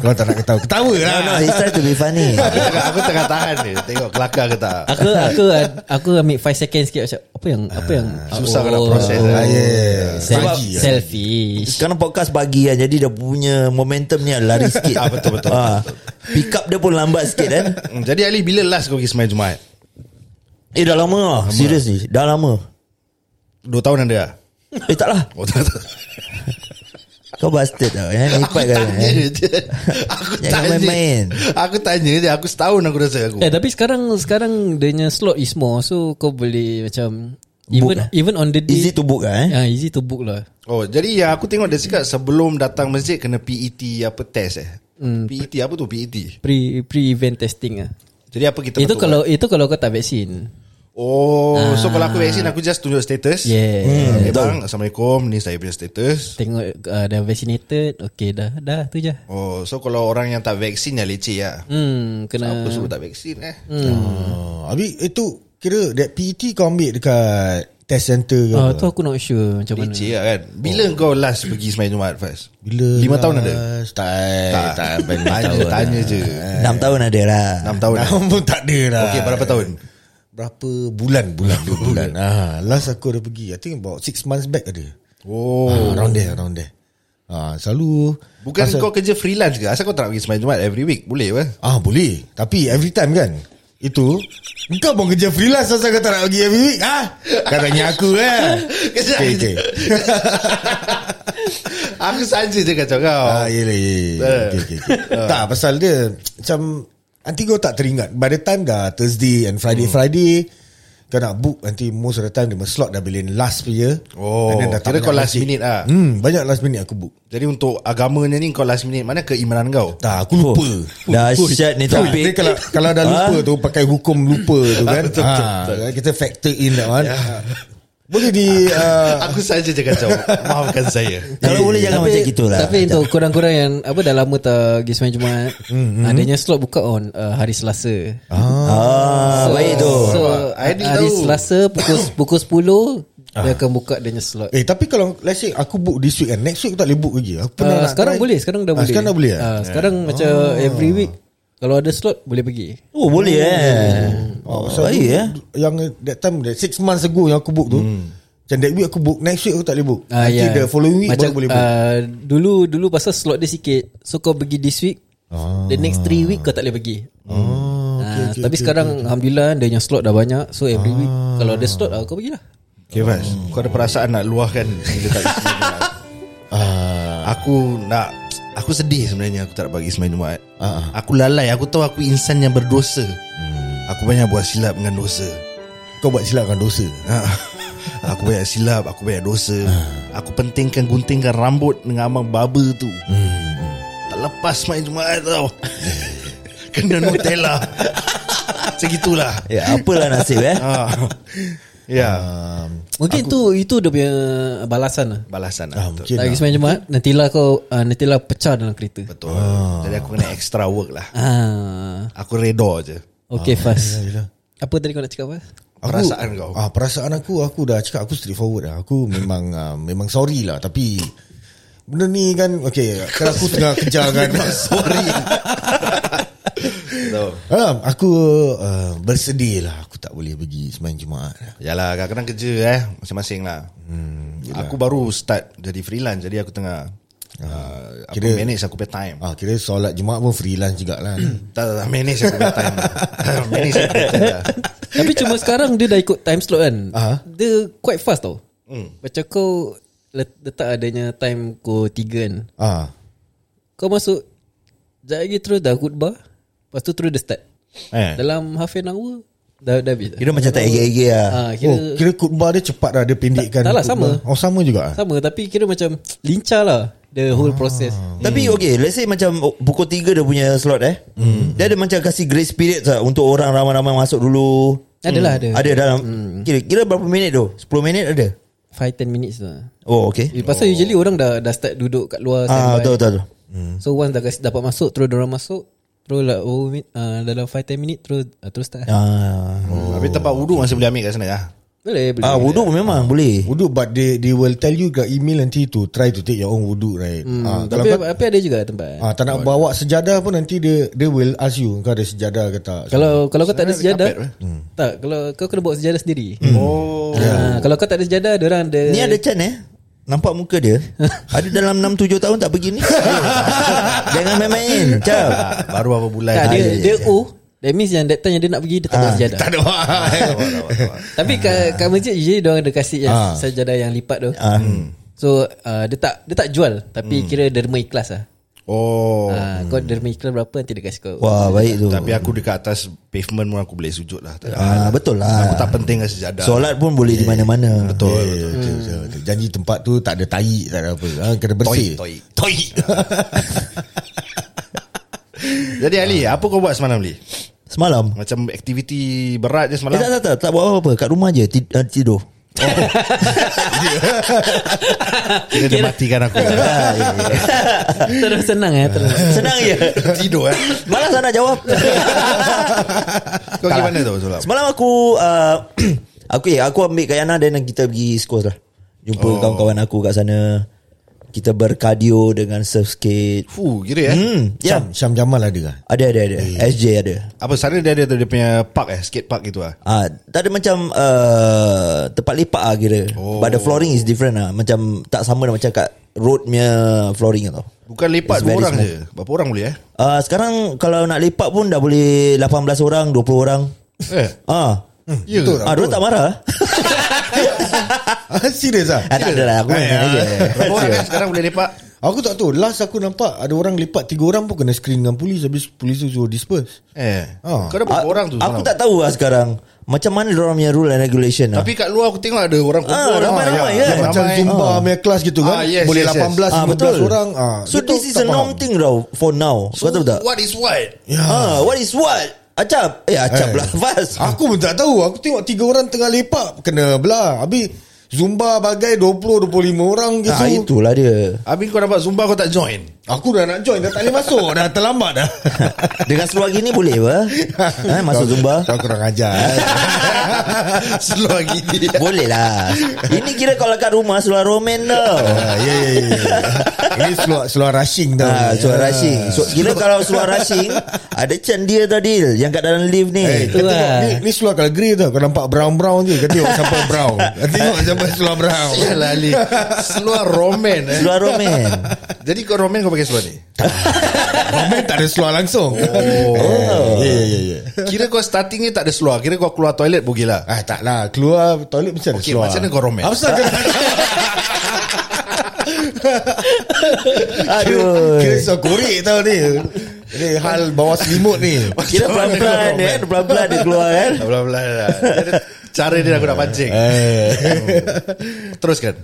Speaker 3: Kalau tak nak ketawa Ketawa
Speaker 2: no,
Speaker 3: lah
Speaker 2: no, he's trying Ah, to be funny.
Speaker 4: Aku tengah- Aku tengah tahan ni Tengok kelakar ke tak
Speaker 1: Aku aku aku ambil 5 seconds sikit macam apa yang apa yang
Speaker 4: Susah kau nak proses
Speaker 1: oh.
Speaker 4: eh.
Speaker 3: yeah.
Speaker 1: Self-
Speaker 3: Selfie lah.
Speaker 1: selfish.
Speaker 2: Sekarang podcast pagi kan Jadi dia punya momentum ni lari sikit
Speaker 4: Ah, betul, betul,
Speaker 2: Ah, Pick up dia pun lambat sikit kan
Speaker 4: Hmm, Jadi Ali bila last kau pergi sembahyang Jumaat
Speaker 2: Eh dah lama lah Serius ni Dah lama
Speaker 4: Dua tahun ada lah
Speaker 2: Eh tak lah
Speaker 4: Oh tak tak
Speaker 2: Kau bastard tau eh?
Speaker 4: Aku
Speaker 2: Lipat kan
Speaker 4: tanya
Speaker 2: eh?
Speaker 4: je Aku
Speaker 2: Jangan
Speaker 4: tanya
Speaker 2: main-main.
Speaker 4: Aku tanya je Aku setahun aku rasa aku
Speaker 1: Eh tapi sekarang sekarang dia punya slot is more so kau boleh macam even
Speaker 2: Book.
Speaker 1: even on the day
Speaker 2: Easy to book lah eh
Speaker 1: Ah, easy to book lah.
Speaker 4: Oh jadi yang aku tengok dia cakap Sebelum datang masjid Kena PET apa test eh PET apa tu PET
Speaker 1: Pre pre event testing ah.
Speaker 4: Jadi apa kita
Speaker 1: Itu
Speaker 4: patut
Speaker 1: kalau itu kalau kau tak vaksin.
Speaker 4: Oh So kalau aku vaksin Aku just tunjuk status
Speaker 1: Yeah.
Speaker 4: Hmm, eh, bang, Assalamualaikum Ni saya punya status
Speaker 1: Tengok uh, dah vaccinated, okay dah dah tu je.
Speaker 4: Oh so kalau orang yang tak vaksin Yang leceh lah
Speaker 1: Hmm, kena
Speaker 4: Aku suruh tak vaksin eh
Speaker 3: Oh, habis itu kira that PET kau ambil dekat test center ke
Speaker 1: Ah,
Speaker 3: apa?
Speaker 1: tu aku not sure macam mana.
Speaker 4: Leceh lah kan Bila kau last pergi Semayang Jumaat Faiz?
Speaker 3: Bila
Speaker 4: Lima
Speaker 3: last?
Speaker 4: tahun ada?
Speaker 3: Tak, tak, tak sampai lima
Speaker 4: Tanya,
Speaker 3: tahun.
Speaker 4: tanya je
Speaker 2: 6 tahun ada lah
Speaker 4: Eh. Enam tahun eh?
Speaker 3: Tahun pun tak ada lah.
Speaker 4: Okey berapa tahun?
Speaker 3: Berapa bulan, bulan, dua bulan. Ah, last aku ada pergi. I think about six months back ada.
Speaker 4: Oh
Speaker 3: Ah, around there, around there. Ah, selalu
Speaker 4: Bukan kau kerja freelance ke? Asal kau tak nak pergi Semayang Jumaat every week? Boleh ke?
Speaker 3: Ah boleh Tapi every time kan Itu Kau pun kerja freelance Asal kau tak nak pergi every week ah? Kau tanya aku kan
Speaker 4: Kejap.
Speaker 3: Okay, okay.
Speaker 4: Aku saja je kacau kau
Speaker 3: Ah, yelah, yelah,
Speaker 4: Oh. Eh.
Speaker 3: yelah. Okay, okay, okay. Tak, pasal
Speaker 4: Hmm.
Speaker 3: dia Macam Nanti kau tak teringat By the time dah Thursday and Friday Friday Kau nak book Nanti most of the time Dia punya slot dah beli last punya
Speaker 4: Oh,
Speaker 3: And then tak
Speaker 4: kira
Speaker 3: banyak
Speaker 4: kau last
Speaker 3: lagi.
Speaker 4: minute ah.
Speaker 3: hmm, Banyak last minute aku book
Speaker 4: Jadi untuk agamanya ni Kau last minute Mana keimanan kau
Speaker 3: Tak aku lupa
Speaker 2: Oh, Dahsyat ni
Speaker 3: Tapi
Speaker 2: topik
Speaker 3: kalau kalau
Speaker 1: Ha?
Speaker 3: dah lupa tu pakai hukum lupa tu kan.
Speaker 4: Ah, Betul,
Speaker 3: ha,
Speaker 4: betul, Ya.
Speaker 3: kita factor in that one. Boleh di uh,
Speaker 4: Aku saja je kacau Maafkan saya
Speaker 2: Kalau boleh jangan
Speaker 1: tapi,
Speaker 2: macam gitulah
Speaker 1: Tapi untuk korang-korang yang Apa dah lama tak Pergi semain Jumaat Adanya slot buka on uh, Hari Selasa
Speaker 2: Ah, baik tu
Speaker 1: So
Speaker 4: Aidil
Speaker 1: Hari
Speaker 4: tahu.
Speaker 1: Selasa Pukul pukul 10 Dia akan buka adanya slot
Speaker 3: Eh tapi kalau Let's say aku book this week kan Next week aku tak boleh book lagi aku pernah
Speaker 1: uh,
Speaker 3: nak
Speaker 1: Sekarang
Speaker 3: try.
Speaker 1: boleh Sekarang dah
Speaker 3: Ah,
Speaker 1: boleh
Speaker 3: Sekarang dah boleh
Speaker 1: Ah, Sekarang macam Every week Kalau ada slot Boleh pergi
Speaker 2: Oh boleh eh oh,
Speaker 3: so
Speaker 2: Baik eh Hmm.
Speaker 3: Yang that time that Six months ago yang aku book tu Macam that week aku book Next week aku tak boleh book
Speaker 1: Ah,
Speaker 3: Nanti the following week
Speaker 1: Macam,
Speaker 3: baru boleh book
Speaker 1: ah, Dulu Dulu pasal slot dia sikit So kau pergi this week
Speaker 3: Ah.
Speaker 1: The next 3 week kau tak boleh pergi
Speaker 3: oh,
Speaker 1: Ah, Tapi sekarang Alhamdulillah Dia punya slot dah banyak So every week Kalau ada slot ah, Kau pergilah
Speaker 4: Okay Faz Kau ada perasaan nak luahkan Bila tak pergi semain Jumaat Aku nak Aku sedih sebenarnya Aku tak nak bagi semain Jumaat Aku lalai Aku tahu aku insan yang berdosa Aku banyak buat silap dengan dosa
Speaker 3: Kau buat silap kan dosa
Speaker 4: Ah. Aku banyak silap Aku banyak dosa Aku pentingkan guntingkan rambut Dengan abang baba tu Tak lepas main Jumaat tau Kena Nutella Macam gitulah
Speaker 2: Ya apalah nasib eh
Speaker 4: ah. Ya
Speaker 2: Um,
Speaker 1: Mungkin tu Itu dia punya Balasan lah
Speaker 4: Balasan
Speaker 3: ah,
Speaker 4: lah Betul.
Speaker 3: Mungkin
Speaker 1: Tak pergi
Speaker 3: lah.
Speaker 1: semain Jumaat Nantilah kau uh, Nantilah pecah dalam kereta
Speaker 4: Betul Jadi aku kena extra work lah
Speaker 1: Ah,
Speaker 4: Aku redor je
Speaker 3: Ah,
Speaker 1: Okay Fas
Speaker 3: Yelah.
Speaker 1: Apa tadi kau nak cakap Fas?
Speaker 4: Perasaan kau
Speaker 3: ah, Perasaan aku Aku dah cakap Aku straightforward lah Aku memang ah, Memang sorry lah Tapi Benda ni kan Okay Kalau aku tengah kejar kan Sorry
Speaker 4: Betul
Speaker 3: Alam, Ah, aku uh, bersedih lah Aku tak boleh pergi semain Jumaat lah.
Speaker 4: Yalah kadang-kadang kerja eh Masing-masing lah hmm, Aku baru start Jadi freelance Jadi aku tengah uh, Aku
Speaker 3: Kira-
Speaker 4: manage aku punya time
Speaker 3: ah, Kira solat Jumaat pun freelance juga lah
Speaker 4: Tak, tak, tak manage aku punya time Manage aku punya time lah.
Speaker 1: Tapi cuma sekarang Dia dah ikut time slot kan
Speaker 3: Ah.
Speaker 1: Dia quite fast tau
Speaker 2: Hmm.
Speaker 1: Macam kau let- Letak adanya time Kau tiga kan
Speaker 3: ah.
Speaker 1: Kau masuk Sekejap lagi terus dah khutbah Lepas tu terus dah start
Speaker 4: eh.
Speaker 1: Dalam half an hour Dah, dah habis
Speaker 2: Kira macam tak ege-ege lah
Speaker 1: ah,
Speaker 3: Kira,
Speaker 1: kira,
Speaker 3: oh,
Speaker 1: oh,
Speaker 3: kira khutbah dia cepat lah Dia pendekkan
Speaker 1: Tak- tak lah,
Speaker 3: khutbah.
Speaker 1: sama.
Speaker 3: Oh sama juga ah.
Speaker 1: Sama tapi kira macam Lincah lah The
Speaker 2: Ah.
Speaker 1: whole process
Speaker 2: Tapi okay Let's say macam oh, Pukul 3 dia punya slot eh Dia ada macam Kasih grace period tak Untuk orang ramai-ramai Masuk dulu Hmm.
Speaker 1: Adalah ada
Speaker 2: Ada dalam Kira kira berapa minit tu 10 minit ada
Speaker 1: 5-10 minutes lah
Speaker 2: Oh okay
Speaker 1: Eh, Pasal usually orang dah dah start duduk kat luar
Speaker 2: Ah
Speaker 1: standby. Hmm.
Speaker 2: betul betul betul.
Speaker 1: So once dah kasi, dapat masuk Terus orang masuk Terus lah oh, min- uh, Dalam 5-10 minit Terus uh, terus start
Speaker 2: Ah
Speaker 4: Oh. Habis tempat wuduk Masih boleh ambil kat sana lah
Speaker 1: Boleh boleh
Speaker 2: Ah wuduk memang boleh
Speaker 3: Wuduk but they, they will tell you kat email nanti to Try to take your own wuduk right hmm, ah,
Speaker 1: Hmm,
Speaker 3: Kalau
Speaker 1: tapi,
Speaker 3: kau
Speaker 1: tapi ada juga tempat
Speaker 3: ah, tak nak bawa sejadah pun nanti dia They will ask you Kau ada sejadah ke tak
Speaker 1: Kalau kalau kau tak ada
Speaker 4: ada
Speaker 1: sejadah
Speaker 4: carpet,
Speaker 1: Tak Kalau kau kena bawa sejadah sendiri
Speaker 4: Oh
Speaker 1: Ah, Kalau kau tak ada sejadah Diorang ada
Speaker 2: Ni ada Chan eh Nampak muka dia Ada dalam 6-7 tahun tak pergi ni Jangan main-main Cap
Speaker 4: Baru berapa bulan
Speaker 1: tak, dia,
Speaker 4: Ah,
Speaker 1: dia O That means yang that time yang dia nak pergi Dia tak bawa sejadah
Speaker 3: Tak ada
Speaker 1: Tapi kat, kat masjid Usually diorang ada kasih yang Sejadah yang lipat tu
Speaker 2: ah.
Speaker 1: So uh, dia tak dia tak jual Tapi kira derma ikhlas lah
Speaker 4: Oh
Speaker 1: Ah, Kau derma ikhlas berapa Nanti dia kasi kau
Speaker 2: Wah baik tu
Speaker 4: Tapi aku dekat atas Pavement pun aku boleh sujud lah Tak ada
Speaker 2: ah, Betul lah
Speaker 4: Aku tak penting kat sejadah
Speaker 2: Solat pun boleh di mana-mana
Speaker 3: Betul, betul, betul, betul, betul. Janji tempat tu tak ada tai Tak ada apa ah, Kena bersih
Speaker 4: Toi Toi Toi Jadi Ali Apa kau buat semalam Ali?
Speaker 2: Semalam
Speaker 4: Macam aktiviti berat je
Speaker 2: Eh,
Speaker 4: semalam
Speaker 2: tak, tak, tak, tak buat apa-apa Kat rumah je ti- uh, tidur
Speaker 4: Kira dia matikan aku Ya,
Speaker 1: Terus senang eh terus.
Speaker 2: Senang je
Speaker 4: Tidur eh
Speaker 2: Malas lah nak jawab
Speaker 4: Kau pergi mana tu semalam?
Speaker 2: Semalam aku uh, Aku eh, aku ambil Kak Yana Dan kita pergi East Coast lah Jumpa
Speaker 4: Oh.
Speaker 2: kawan-kawan aku kat sana Kita berkardio Dengan surf skate
Speaker 4: Fuh kira eh
Speaker 2: Hmm Ya Eh. yeah.
Speaker 3: Syam, Syam Jamal ada ke?
Speaker 2: Ada ada ada SJ ada
Speaker 4: Apa sana dia ada tu Dia punya park eh Skate park gitu lah
Speaker 2: Ah, tak ada macam uh, tempat lepak ah kira.
Speaker 4: Oh.
Speaker 2: Oh. But the flooring is different ah. Macam tak sama dengan macam kat road punya flooring tau.
Speaker 4: Bukan lepak
Speaker 2: It's
Speaker 4: dua
Speaker 2: very
Speaker 4: orang
Speaker 2: small.
Speaker 4: je Berapa orang boleh eh
Speaker 2: Ah, sekarang kalau nak lepak pun dah boleh 18 orang, 20 orang.
Speaker 4: Eh
Speaker 2: Ah.
Speaker 4: Ya
Speaker 3: Betul
Speaker 2: Ah, dia tak marah.
Speaker 3: Ah, Serius lah
Speaker 2: ah, tak adalah aku main aja.
Speaker 4: ya, Berapa orang kan sekarang boleh lepak
Speaker 3: Aku tak tahu Last aku nampak Ada orang lipat Tiga orang pun kena screen dengan polis Habis polis tu suruh disperse
Speaker 4: Eh
Speaker 3: Ah.
Speaker 4: Kau ada berapa
Speaker 2: Ah,
Speaker 4: orang tu
Speaker 2: Aku
Speaker 4: semalam?
Speaker 2: tak tahu lah sekarang. Macam mana orang punya rule and regulation lah
Speaker 4: Tapi kat luar aku tengok ada orang kumpul
Speaker 2: Ah, ramai-ramai
Speaker 4: ya.
Speaker 2: kan?
Speaker 4: Yang
Speaker 3: Macam
Speaker 4: ramai.
Speaker 3: Zumba
Speaker 4: Ah.
Speaker 3: punya kelas gitu kan
Speaker 4: Ah, yes,
Speaker 3: Boleh
Speaker 4: yes, yes.
Speaker 3: 18,
Speaker 2: Ah
Speaker 3: 15 orang ah,
Speaker 2: So
Speaker 3: itu
Speaker 2: this is
Speaker 3: tak
Speaker 2: a norm
Speaker 3: faham. Ya.
Speaker 2: thing tau For now Kau tahu tak
Speaker 4: What is what
Speaker 2: yeah. ah, What is what Acap Eh acap
Speaker 3: Eh.
Speaker 2: lah Fas
Speaker 3: Aku pun tak tahu Aku tengok tiga orang tengah lepak Kena belah Habis Zumba bagai 20-25 orang gitu
Speaker 2: ah, Itulah dia
Speaker 4: Habis kau dapat Zumba kau tak join
Speaker 3: Aku dah nak join Dah tak boleh masuk Dah terlambat dah
Speaker 2: Dengan seluar gini boleh apa ha, Masuk Zumba
Speaker 3: Kau kurang ajar eh.
Speaker 4: Slow gini
Speaker 2: Boleh lah Ini kira kalau kat rumah Seluar roman tau
Speaker 3: Ah, Ya ya ya Ini seluar, seluar rushing tau
Speaker 2: Ha,
Speaker 3: ni.
Speaker 2: suara
Speaker 3: Ah.
Speaker 2: rushing so, Kira kalau suara rushing Ada chan dia tadi Yang kat dalam lift ni
Speaker 3: Eh, kau
Speaker 1: Itulah.
Speaker 3: tengok ni, ni seluar kalau grey tau Kau nampak brown-brown je Kau tengok sampai brown Kau tengok sampai seluar brown
Speaker 4: Yalah Ali Seluar roman eh.
Speaker 2: Seluar roman
Speaker 4: Jadi kau roman kau pakai seluar ni
Speaker 3: Roman tak ada seluar langsung
Speaker 2: Oh.
Speaker 3: Ya ya ya ya
Speaker 4: Kira kau starting ni tak ada seluar Kira kau keluar toilet pergi lah
Speaker 3: Ah tak lah Keluar toilet macam mana
Speaker 4: Okey,
Speaker 3: seluar
Speaker 4: macam mana kau roman?
Speaker 3: Apa pasal kau
Speaker 2: Aduh
Speaker 3: Kira seluar korek tau ni Ini hal bawah selimut ni
Speaker 2: Kira pelan-pelan
Speaker 4: Macam mana kau
Speaker 2: kan Pelan-pelan dia keluar kan
Speaker 4: Blah-blah Cara dia aku nak pancing
Speaker 3: Eh.
Speaker 4: Teruskan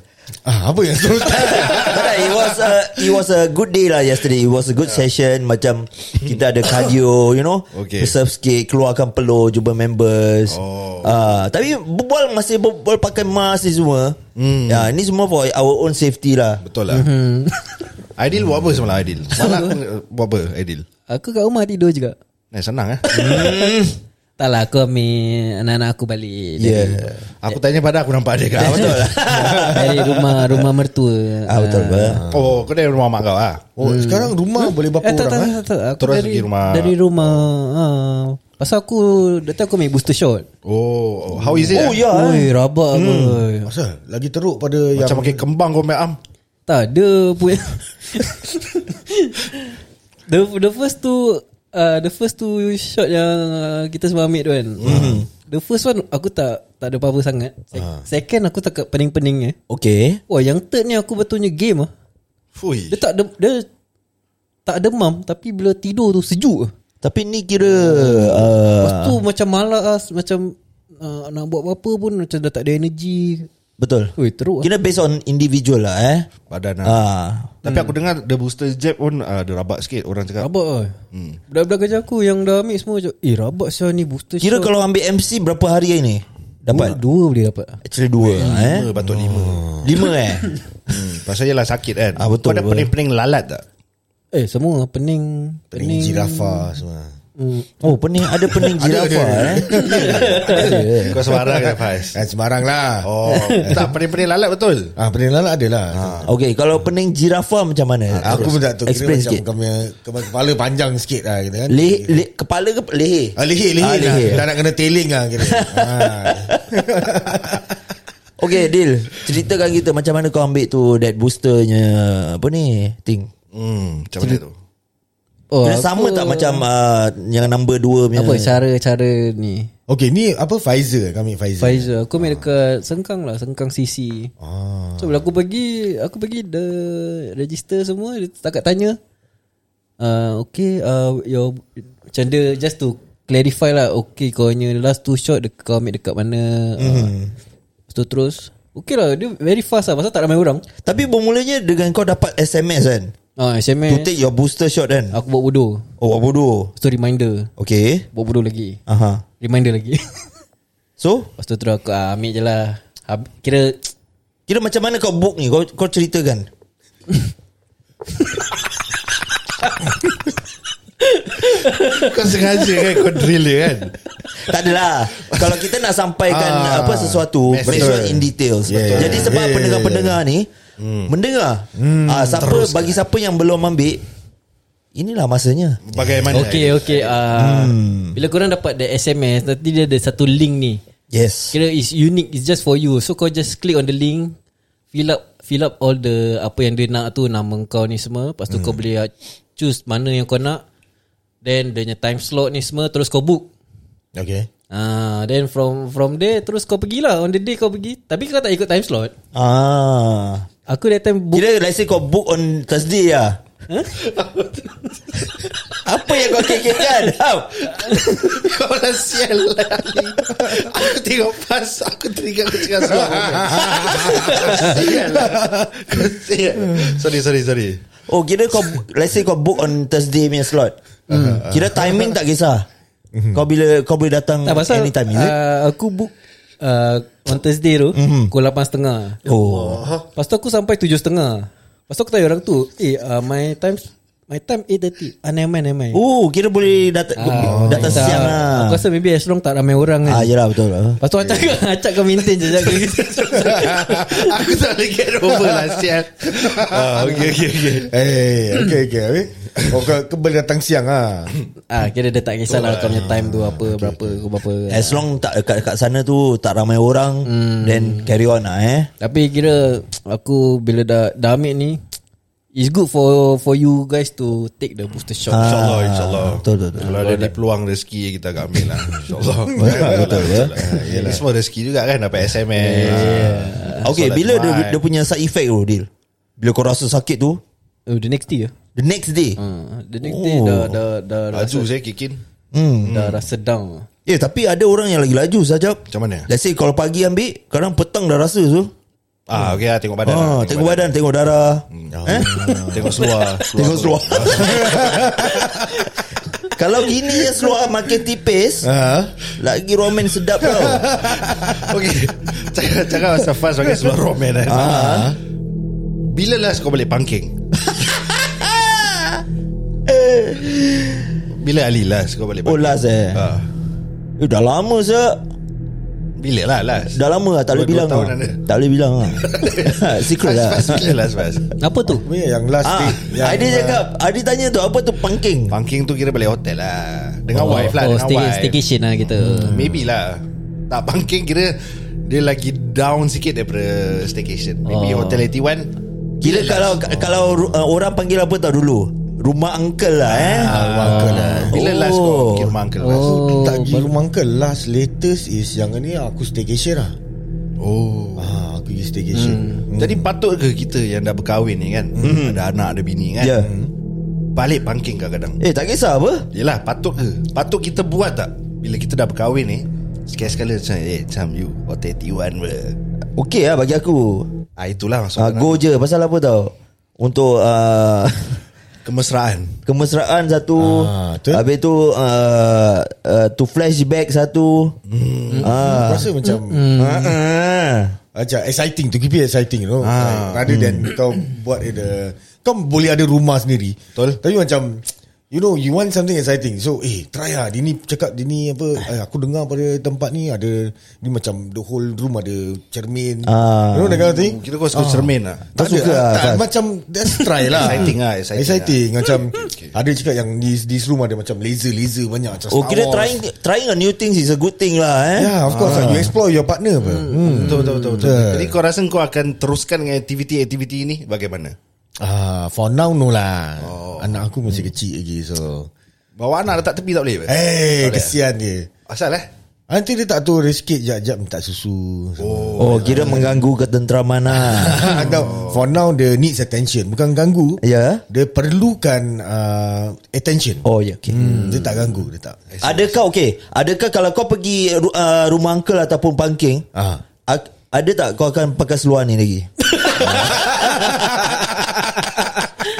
Speaker 3: Ah, apa yang seluar
Speaker 2: Tak, tak, it was a it was a good day lah yesterday. It was a good session macam kita ada cardio, you know.
Speaker 4: Okay.
Speaker 2: Reserve sikit, keluarkan peluh, jumpa members.
Speaker 4: Oh.
Speaker 2: Ah, tapi berbual masih berbual pakai mask ni semua. Hmm. Ya, ni semua for our own safety lah.
Speaker 4: Betul lah Aidil buat apa semalam Aidil Semalam aku buat apa Aidil
Speaker 1: Aku kat rumah tidur juga
Speaker 4: Eh senang eh
Speaker 1: Tak lah aku ambil Anak-anak aku balik
Speaker 2: Ya.
Speaker 1: dari,
Speaker 2: Yeah.
Speaker 4: Aku tanya pada aku nampak dia kat Betul lah
Speaker 1: dari rumah Rumah mertua
Speaker 2: Ah betul
Speaker 1: Ah.
Speaker 2: bah.
Speaker 4: Oh kau dari rumah mak kau ah.
Speaker 3: Oh sekarang rumah boleh berapa
Speaker 1: Eh tak tak,
Speaker 3: orang eh?
Speaker 1: tak, tak, tak. Aku
Speaker 4: Terus
Speaker 1: dari,
Speaker 4: pergi rumah.
Speaker 1: Dari rumah ah. Pasal aku Datang aku ambil booster shot
Speaker 4: Oh how is it
Speaker 2: Oh ya. eh.
Speaker 1: Oi rabak boy.
Speaker 3: Pasal lagi teruk pada yang
Speaker 4: Macam pakai kembang kau main am
Speaker 1: Tak dia punya the, the first two uh, The first two shot yang uh, Kita semua ambil tu kan mm. The first one Aku tak Tak ada apa-apa sangat Se- Second aku tak pening-pening eh.
Speaker 2: Okay.
Speaker 1: Wah yang third ni Aku betulnya game ah.
Speaker 4: Fui
Speaker 1: Dia tak de- Dia Tak demam Tapi bila tidur tu sejuk ah.
Speaker 2: Tapi ni kira uh,
Speaker 1: Lepas tu macam malas Macam uh, Nak buat apa-apa pun Macam dah tak ada energi
Speaker 2: betul.
Speaker 1: Ui teruk lah
Speaker 2: Kira based on individual lah eh.
Speaker 4: Badan ah.
Speaker 2: Ah.
Speaker 4: Tapi
Speaker 3: Hmm.
Speaker 4: aku dengar The booster jab pun ah, Ada rabak sikit Orang cakap
Speaker 1: Rabak lah hmm. Budak-budak kerja aku Yang dah ambil semua macam, Eh rabak siapa ni booster
Speaker 2: Kira
Speaker 1: shot."
Speaker 2: kalau ambil MC berapa hari ni?
Speaker 1: Dua,
Speaker 2: Dapat.
Speaker 1: dua boleh dapat
Speaker 2: Actually dua eh.
Speaker 4: Lima batuk lima
Speaker 2: Lima eh.
Speaker 4: hmm, Pasal ialah sakit kan
Speaker 2: Ah, betul,
Speaker 4: Kau ada
Speaker 2: betul.
Speaker 4: pening-pening lalat tak
Speaker 1: Eh semua pening
Speaker 3: pening jirafa semua.
Speaker 1: hmm.
Speaker 2: Oh pening Ada pening jirafah eh
Speaker 4: Kau sebarang kan Faiz
Speaker 3: Kan sembarang lah.
Speaker 4: Oh Tak pening-pening lalat betul Ah.
Speaker 3: Ah pening lalat ada lah.
Speaker 2: Okay kalau pening jirafah macam mana
Speaker 3: Ah, Aku pun tak tahu kira
Speaker 2: Explain
Speaker 3: macam
Speaker 2: sikit
Speaker 3: kau punya kepala, kepala panjang sikit lah kira kan.
Speaker 2: le, le, Kepala ke leher
Speaker 3: Ah, leher, leher,
Speaker 2: Ah,
Speaker 3: lah.
Speaker 2: leher.
Speaker 3: Dah nak kena teling lah kira. ah.
Speaker 2: Okay Dil Ceritakan kita macam mana kau ambil tu That boosternya Apa ni Thing
Speaker 4: Hmm Macam mana tu
Speaker 1: Oh,
Speaker 2: Kira sama tak macam uh, Yang number 2 punya
Speaker 1: Apa cara-cara ni
Speaker 3: Okay ni apa Pfizer kami Pfizer.
Speaker 1: Pfizer Aku main dekat Sengkang lah Sengkang CC ah. So bila aku pergi Aku pergi the Register semua Dia setakat tanya uh, Okay uh, your, Macam dia Just to clarify lah Okay kau punya last two shot dek- Kau ambil dekat mana
Speaker 2: Hmm.
Speaker 1: mm. uh, so, Terus Okay lah Dia very fast lah Pasal tak ramai orang
Speaker 2: Tapi bermulanya Dengan kau dapat SMS kan
Speaker 1: uh,
Speaker 2: To
Speaker 3: Eh.
Speaker 1: SMS
Speaker 2: take your booster shot kan
Speaker 1: Aku buat bodoh
Speaker 2: Oh apa bodoh
Speaker 1: So reminder
Speaker 2: Okay
Speaker 1: Buat bodoh lagi
Speaker 2: Aha.
Speaker 1: Reminder lagi Lepas
Speaker 2: So
Speaker 1: tu terus aku ah, ambil je lah Hab- Kira
Speaker 2: Kira macam mana kau book ni Kau, kau ceritakan
Speaker 4: Kau sengaja kan Kau drill dia kan
Speaker 2: Tak adalah Kalau kita nak sampaikan
Speaker 4: Ah,
Speaker 2: Apa sesuatu
Speaker 4: message.
Speaker 2: Based on in details
Speaker 3: Yeah,
Speaker 2: Jadi
Speaker 3: yeah,
Speaker 2: sebab
Speaker 3: yeah, Hmm.
Speaker 2: pendengar-pendengar ni Mendengar ah, Siapa Bagi siapa yang belum ambil Inilah masanya
Speaker 4: Bagaimana
Speaker 1: Okay okay uh, hmm. Bila korang dapat the SMS Nanti dia ada satu link ni
Speaker 2: Yes
Speaker 1: Kira is unique It's just for you So kau just click on the link Fill up Fill up all the Apa yang dia nak tu Nama kau ni semua Lepas tu kau
Speaker 2: Hmm.
Speaker 1: boleh uh, Choose mana yang kau nak Then dia punya time slot ni semua Terus kau book
Speaker 3: Okay.
Speaker 1: Ah, Then from from there Terus kau pergilah On the day kau pergi Tapi kau tak ikut time slot
Speaker 2: ah.
Speaker 1: Aku that time book
Speaker 2: Kira let's say kau book on Thursday lah Apa yang kau kan? kekekkan Ham
Speaker 4: Kau dah sial lah Aku tengok pas Aku teringat aku cakap suara Sial lah Kau sial Sorry sorry sorry
Speaker 2: Oh kira kau Let's say kau book on Thursday punya slot Hmm. Kira timing tak kisah Kau bila Kau boleh datang
Speaker 1: Tak pasal
Speaker 2: Anytime is it?
Speaker 1: uh, Aku book uh, On Thursday tu
Speaker 2: Mhm.
Speaker 1: Pukul 8.30
Speaker 2: Oh
Speaker 1: Lepas tu aku sampai 7.30 Lepas tu aku tanya orang tu Eh uh, my time My time 8.30 Ah nevermind nevermind
Speaker 2: Oh kira boleh datang
Speaker 1: Ah, tak.
Speaker 2: Datang siang lah
Speaker 1: Aku rasa maybe as long tak ramai orang kan
Speaker 2: Ah yelah betul lah
Speaker 1: Lepas tu acak Acak kau maintain je Acak
Speaker 4: Aku tak boleh get over lah sial ah, Okay okay okay
Speaker 3: Eh, okay, okay. Habis? Oh, kau, kau boleh datang siang ah.
Speaker 1: ah, Kira dia tak kisah lah Kau punya time tu apa Berapa berapa
Speaker 2: As long tak kat, kat sana tu Tak ramai orang
Speaker 1: Hmm.
Speaker 2: Then carry on lah eh
Speaker 1: Tapi kira Aku bila dah Dah ambil ni It's good for For you guys to Take the booster shot
Speaker 2: Ah.
Speaker 4: InsyaAllah InsyaAllah
Speaker 2: Betul betul, betul.
Speaker 4: Kalau ada ni peluang rezeki Kita akan ambil lah InsyaAllah
Speaker 2: Betul, ya.
Speaker 4: Ini semua rezeki juga kan Dapat SMS
Speaker 2: Okay
Speaker 4: Ah, Solat
Speaker 2: bila dia,
Speaker 4: Jumaat.
Speaker 2: dia punya side effect tu Dil Bila kau rasa sakit tu
Speaker 1: Oh, the next day ya?
Speaker 2: The next day
Speaker 1: Uh, the next
Speaker 2: Oh.
Speaker 1: day dah, dah, dah, dah,
Speaker 4: Laju saya Ah, eh, kikin
Speaker 1: hmm. dah rasa down.
Speaker 2: Eh tapi ada orang yang lagi laju sajap
Speaker 4: Macam mana?
Speaker 2: Let's say kalau pagi ambil Kadang petang dah rasa tu
Speaker 4: Ah, okay lah, tengok badan lah,
Speaker 2: Ah, tengok badan, tengok darah. Eh?
Speaker 4: Tengok seluar
Speaker 2: Tengok seluar. Kalau gini je seluar makin tipis,
Speaker 3: Ha?
Speaker 2: lagi ramen sedap tau.
Speaker 4: Okay Cakap, cakap pasal fast Pakai seluar romen kan Bila last kau balik pangking? Bila Ali last kau balik
Speaker 2: Oh
Speaker 4: pangking?
Speaker 2: last eh.
Speaker 4: Ah.
Speaker 2: Eh, dah lama se.
Speaker 4: Bila lah last?
Speaker 2: Dah lama lah, tak boleh
Speaker 4: Dua- dua
Speaker 2: bilang
Speaker 4: tahun
Speaker 2: lah.
Speaker 4: ada.
Speaker 2: Tak boleh bilang lah. Secret lah.
Speaker 4: Fast, bila last fast?
Speaker 1: Apa tu?
Speaker 3: Ni yang last
Speaker 2: Ah,
Speaker 3: day. Yang,
Speaker 2: Adi
Speaker 3: ah,
Speaker 2: cakap, Adi tanya tu apa tu pangking?
Speaker 4: ya, Pangking tu kira balik hotel lah Dengan
Speaker 1: oh,
Speaker 4: wife
Speaker 1: oh,
Speaker 4: lah Dengan
Speaker 1: stay,
Speaker 4: wife
Speaker 1: staycation lah kita.
Speaker 4: Maybe lah Tak pangking kira Dia lagi down sikit daripada staycation Maybe
Speaker 1: Oh.
Speaker 4: hotel 81
Speaker 2: Kira
Speaker 4: last?
Speaker 2: kalau kalau uh, orang panggil apa tau dulu? Rumah uncle lah eh.
Speaker 4: Rumah uncle lah Bila last kau
Speaker 2: Oh.
Speaker 4: pergi rumah uncle last?
Speaker 1: Oh,
Speaker 3: Tak pergi
Speaker 1: baru-
Speaker 3: rumah uncle Last latest is Yang ni aku staycation lah
Speaker 4: Oh
Speaker 3: ah, Aku pergi staycation
Speaker 4: Hmm. Jadi patut ke kita yang dah berkahwin ni kan hmm. Ada anak, ada bini kan
Speaker 2: Ya.
Speaker 4: Balik pangking kadang-kadang
Speaker 2: Eh, tak kisah apa?
Speaker 4: Yelah patut ke Patut kita buat tak Bila kita dah berkahwin ni Sekali-sekala macam Eh macam you Hotel T1 pula
Speaker 2: Okey lah bagi aku.
Speaker 4: Ah itulah maksud
Speaker 2: Ah, go je pasal apa tau? Untuk uh,
Speaker 4: Kemesraan
Speaker 2: kemesraan satu,
Speaker 3: Ah, tu.
Speaker 2: habis tu uh, uh, tu flashback satu.
Speaker 3: Aku
Speaker 2: Ah.
Speaker 3: Rasa macam
Speaker 2: Ah, ah.
Speaker 3: Macam exciting to Keep it exciting you know ah. Rather than
Speaker 2: Mm.
Speaker 3: Kau buat ada Kau boleh ada rumah sendiri Betul Tapi macam You know You want something exciting So eh try lah Dia ni cakap Dia ni apa eh, Aku dengar pada tempat ni Ada Ni macam The whole room ada Cermin
Speaker 2: Ah.
Speaker 3: You know that kind of
Speaker 4: Hmm,
Speaker 3: thing
Speaker 4: Kira kau suka cermin lah
Speaker 2: Tak
Speaker 3: ada, Ah,
Speaker 2: suka lah,
Speaker 3: tak,
Speaker 2: tak.
Speaker 3: Macam That's try lah
Speaker 4: Exciting lah, exciting
Speaker 3: Exciting Macam Ada cakap yang di, This room ada macam Laser-laser banyak Macam
Speaker 2: Oh
Speaker 3: Star
Speaker 2: kira
Speaker 3: Wars. Ya,
Speaker 2: trying trying a new things is a good thing lah eh.
Speaker 3: Yeah of course You explore your partner apa hmm.
Speaker 4: Betul betul betul, betul. Jadi kau rasa kau akan teruskan dengan aktiviti-aktiviti ini bagaimana?
Speaker 3: Ah, For now no lah Anak aku masih kecil lagi so
Speaker 4: Bawa anak letak tepi tak boleh?
Speaker 3: Eh hey, kesian dia
Speaker 4: Asal eh?
Speaker 3: Nanti dia tak tahu Rezeki jap-jap minta susu oh.
Speaker 2: Oh kira mengganggu ketentraman lah.
Speaker 3: Atau For now Dia needs attention Bukan ganggu
Speaker 2: Ya.
Speaker 3: Dia perlukan uh, Attention
Speaker 2: Oh ya okey.
Speaker 3: Hmm. Dia tak ganggu Dia tak
Speaker 2: Adakah okey? Adakah kalau kau pergi ru- uh, rumah uncle ataupun pangking,
Speaker 3: Ah.
Speaker 2: ak- ada tak kau akan pakai seluar ni lagi?